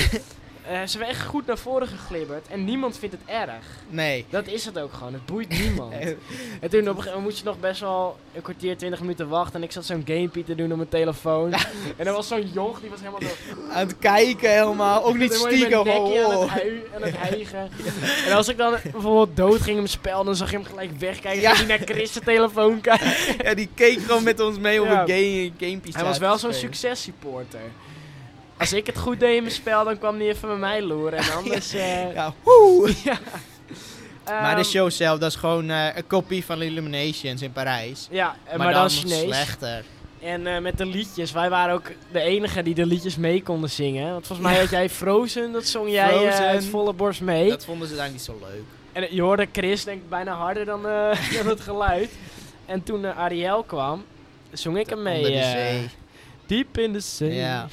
S1: Eh zijn we echt goed naar voren geglibberd. En niemand vindt het erg.
S2: *laughs* Nee.
S1: Dat is het ook gewoon. Het
S2: *laughs*
S1: boeit niemand.
S2: Eh,
S1: en toen op een gegeven moment moest je nog best wel een kwartier, twintig minuten wachten. En ik zat zo'n gamepie te doen op mijn telefoon. en er was zo'n jong die was helemaal zo...
S2: Aan het kijken helemaal.
S1: *laughs*
S2: Ook niet
S1: Dan word je met
S2: stiekem.
S1: een
S2: gewoon,
S1: nekje aan het,
S2: oh.
S1: hui, aan het hijgen. En als ik dan bijvoorbeeld dood ging in mijn spel, dan zag je hem gelijk wegkijken.
S2: Ja.
S1: Ging hij naar Chris' zijn
S2: *laughs*
S1: telefoon kijken.
S2: *laughs* Ja, die keek gewoon met ons mee op
S1: Ja.
S2: een game, gamepie
S1: Hij was wel zo'n successupporter. Als ik het goed deed in mijn spel, dan kwam hij even bij mij loeren.
S2: *laughs*
S1: En anders... eh,
S2: Ja, woe. Maar de
S1: ehm,
S2: show zelf, dat is gewoon eh, een kopie van Illuminations in Parijs.
S1: Ja, eh, maar, dan, Chinees.
S2: slechter.
S1: En eh, met de liedjes. Wij waren ook de enige die de liedjes mee konden zingen. Want volgens mij had jij Frozen, dat zong jij eh,
S2: Frozen.
S1: uit volle borst mee.
S2: Dat vonden ze dan niet zo leuk.
S1: En eh, je hoorde Chris denk ik bijna harder dan, eh, *laughs* dan het geluid. En toen eh, Ariel kwam, zong ik hem mee.
S2: Onder de
S1: eh,
S2: zee.
S1: diep in de zee.
S2: Ja.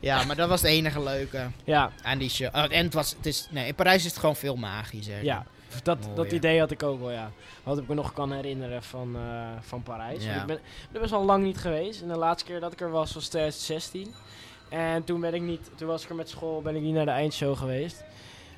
S2: ja, maar dat was het enige leuke
S1: Ja,
S2: aan die show. Oh, en het was, het is, nee, in Parijs is het gewoon veel magischer.
S1: ja. Dat,
S2: Mooi,
S1: dat
S2: ja.
S1: idee had ik ook wel, ja. Wat ik me nog kan herinneren van, eh, van Parijs. Want
S2: Ja.
S1: Ik ben er best al lang niet geweest. En de laatste keer dat ik er was was 2016. En toen ben ik niet, toen was ik er met school, ben ik niet naar de eindshow geweest.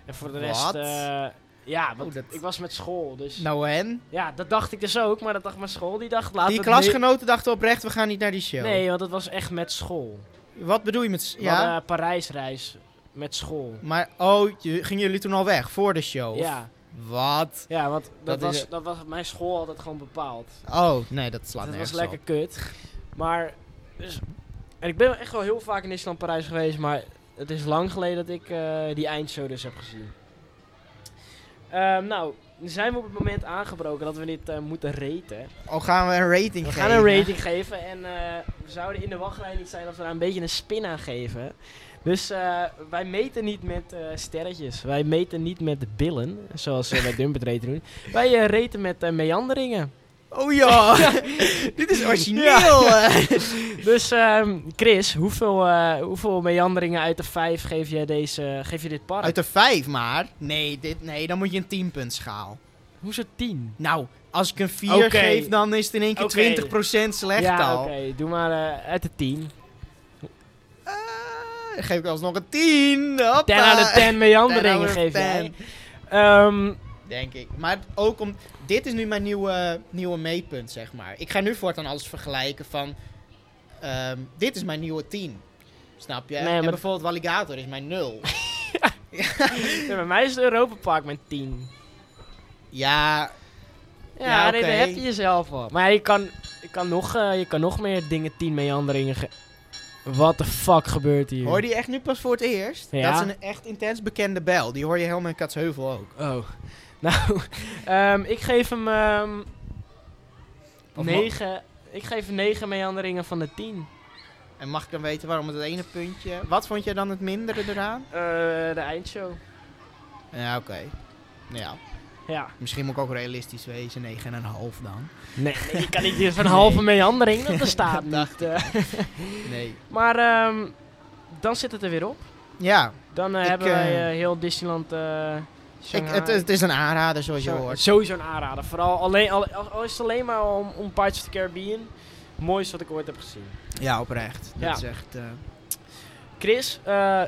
S1: En voor de rest,
S2: Wat?
S1: eh, ja, want
S2: Oh, dat-
S1: ik was met school. Dus
S2: Nou en?
S1: ja, dat dacht ik dus ook. Maar dat dacht mijn school, die dacht laten
S2: Die
S1: we het nu-
S2: klasgenoten dachten oprecht, we gaan niet naar die show.
S1: Nee, want het was echt met school.
S2: Wat bedoel je met... s-
S1: We
S2: Ja?
S1: hadden een Parijsreis met school.
S2: Maar, oh, je- gingen jullie toen al weg, voor de show? of-
S1: Ja,
S2: Wat?
S1: ja, want dat,
S2: Dat is
S1: was,
S2: het.
S1: dat was mijn school altijd gewoon bepaald.
S2: Oh, nee, dat slaat
S1: Dat was
S2: nergens
S1: lekker
S2: op.
S1: kut. Maar, dus, en ik ben wel echt wel heel vaak in Disneyland Parijs geweest, maar het is lang geleden dat ik eh, die eindshow dus heb gezien. Ehm, nou, nu zijn we op het moment aangebroken dat we dit eh, moeten raten.
S2: Al Oh, gaan we een rating
S1: We
S2: geven.
S1: gaan een rating geven en eh, we zouden in de wachtrij niet zijn als we daar een beetje een spin aan geven. Dus eh, wij meten niet met eh, sterretjes. Wij meten niet met billen, zoals we
S2: *laughs*
S1: bij Dumpet raten doen. Wij eh, raten met eh, meanderingen.
S2: Oh
S1: *laughs*
S2: ja, *laughs* dit is origineel. eh.
S1: Dus ehm, Chris, hoeveel, eh, hoeveel meanderingen uit de vijf geef, jij deze, geef je dit park?
S2: *laughs* Uit de vijf maar. Nee, dit, nee, dan moet je een 10 punt schaal.
S1: Hoezo tien?
S2: Nou, als ik een 4
S1: Oké.
S2: geef, dan is het in één keer
S1: Oké.
S2: 20% slecht
S1: ja,
S2: al.
S1: oké. Doe maar eh, uit de tien.
S2: Eh, dan geef ik alsnog een 10. Hoppa.
S1: 10 out of 10
S2: Ten out
S1: meanderingen
S2: of
S1: geef jij.
S2: ten.
S1: Ehm,
S2: Denk ik. Maar ook om. Dit is nu mijn nieuwe, nieuwe meetpunt, zeg maar. Ik ga nu voortaan alles vergelijken van. ehm, dit is mijn nieuwe 10. Snap je?
S1: Nee,
S2: En
S1: maar-
S2: bijvoorbeeld Walligator is mijn
S1: *laughs*
S2: 0.
S1: nee, bij mij is het Europa Park met 10.
S2: ja,
S1: Ja,
S2: Ja,
S1: nee,
S2: oké.
S1: daar heb je jezelf al. Maar je kan, je kan, nog, eh, je kan nog meer dingen 10 meanderingen ge- What the fuck gebeurt hier?
S2: hoor je die echt nu pas voor het eerst?
S1: Ja.
S2: Dat is een echt intens bekende bel. Die hoor je helemaal in Katsheuvel ook.
S1: Oh. *laughs* Nou, ehm, ik geef hem ehm
S2: Of
S1: 9. Ik geef 9 meanderingen van de 10.
S2: En mag ik dan weten waarom het ene puntje. Wat vond jij dan het mindere eraan?
S1: Eh, de eindshow.
S2: Ja, oké. Nou ja,
S1: Ja.
S2: misschien moet ik ook realistisch wezen. 9,5 dan.
S1: Nee, nee, *laughs* je kan niet dus van
S2: Nee.
S1: halve meandering, dat
S2: *laughs*
S1: bestaat niet.
S2: dacht
S1: eh.
S2: Nee.
S1: maar ehm, dan zit het er weer op.
S2: Ja,
S1: Dan eh,
S2: Ik,
S1: hebben wij
S2: eh,
S1: eh, heel Disneyland. eh
S2: ik,
S1: Shanghai.
S2: het, het is een aanrader zoals je
S1: Zo-
S2: hoort.
S1: Sowieso een aanrader. Vooral alleen, al, al- al is het alleen maar om, om Pirates of the Caribbean. Moois wat ik ooit heb gezien.
S2: Ja, oprecht. Dat
S1: Ja.
S2: is echt... eh,
S1: Chris, eh,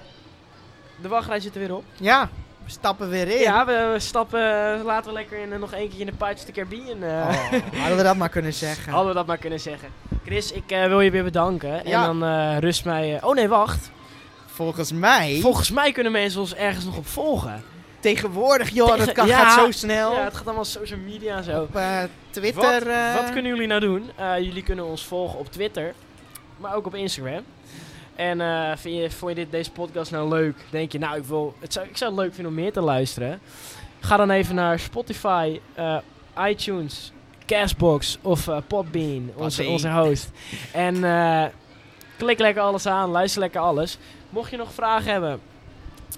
S1: de wachtrij zit er weer op.
S2: ja, we stappen weer in.
S1: Ja, we, we stappen eh, laten we lekker in, eh, nog één keer in de Pirates of the Caribbean. eh. *laughs*
S2: Oh, hadden we dat maar kunnen zeggen.
S1: Hadden we dat maar kunnen zeggen. Chris, ik eh, wil je weer bedanken.
S2: Ja.
S1: En dan eh, rust mij... eh, oh nee, wacht.
S2: Volgens mij...
S1: Volgens mij kunnen mensen ons ergens nog op volgen.
S2: tegenwoordig, joh,
S1: Tegen-
S2: dat kan,
S1: ja.
S2: gaat zo snel.
S1: Ja, het gaat allemaal social media en zo.
S2: Op eh, Twitter...
S1: Wat,
S2: eh,
S1: wat kunnen jullie nou doen? Eh, jullie kunnen ons volgen op Twitter, maar ook op Instagram. En eh, vind je, vond je dit, deze podcast nou leuk? Denk je, nou, ik, wil, het zou, ik zou het leuk vinden om meer te luisteren. Ga dan even naar Spotify, eh, iTunes, Castbox of eh, Podbean, onze,
S2: Podbean.
S1: onze host. En eh, klik lekker alles aan, luister lekker alles. Mocht je nog vragen hebben,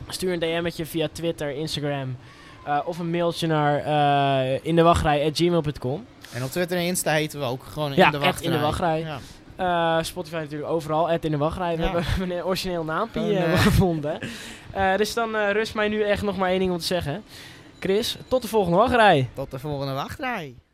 S1: stuur een DM'tje via Twitter, Instagram... eh, of een mailtje naar eh indewachtrij.gmail.com.
S2: En op Twitter en Insta heten we ook gewoon
S1: Ja,
S2: in de
S1: echt
S2: wachtrij.
S1: in de wachtrij.
S2: Ja.
S1: Eh, Spotify natuurlijk overal, Ed in de wachtrij. We
S2: Ja.
S1: hebben *laughs* een origineel naampje
S2: Gewoon,
S1: eh,
S2: eh,
S1: gevonden. Eh, dus dan eh, rust mij nu echt nog maar één ding om te zeggen. Chris, tot de volgende wachtrij.
S2: Tot de volgende wachtrij.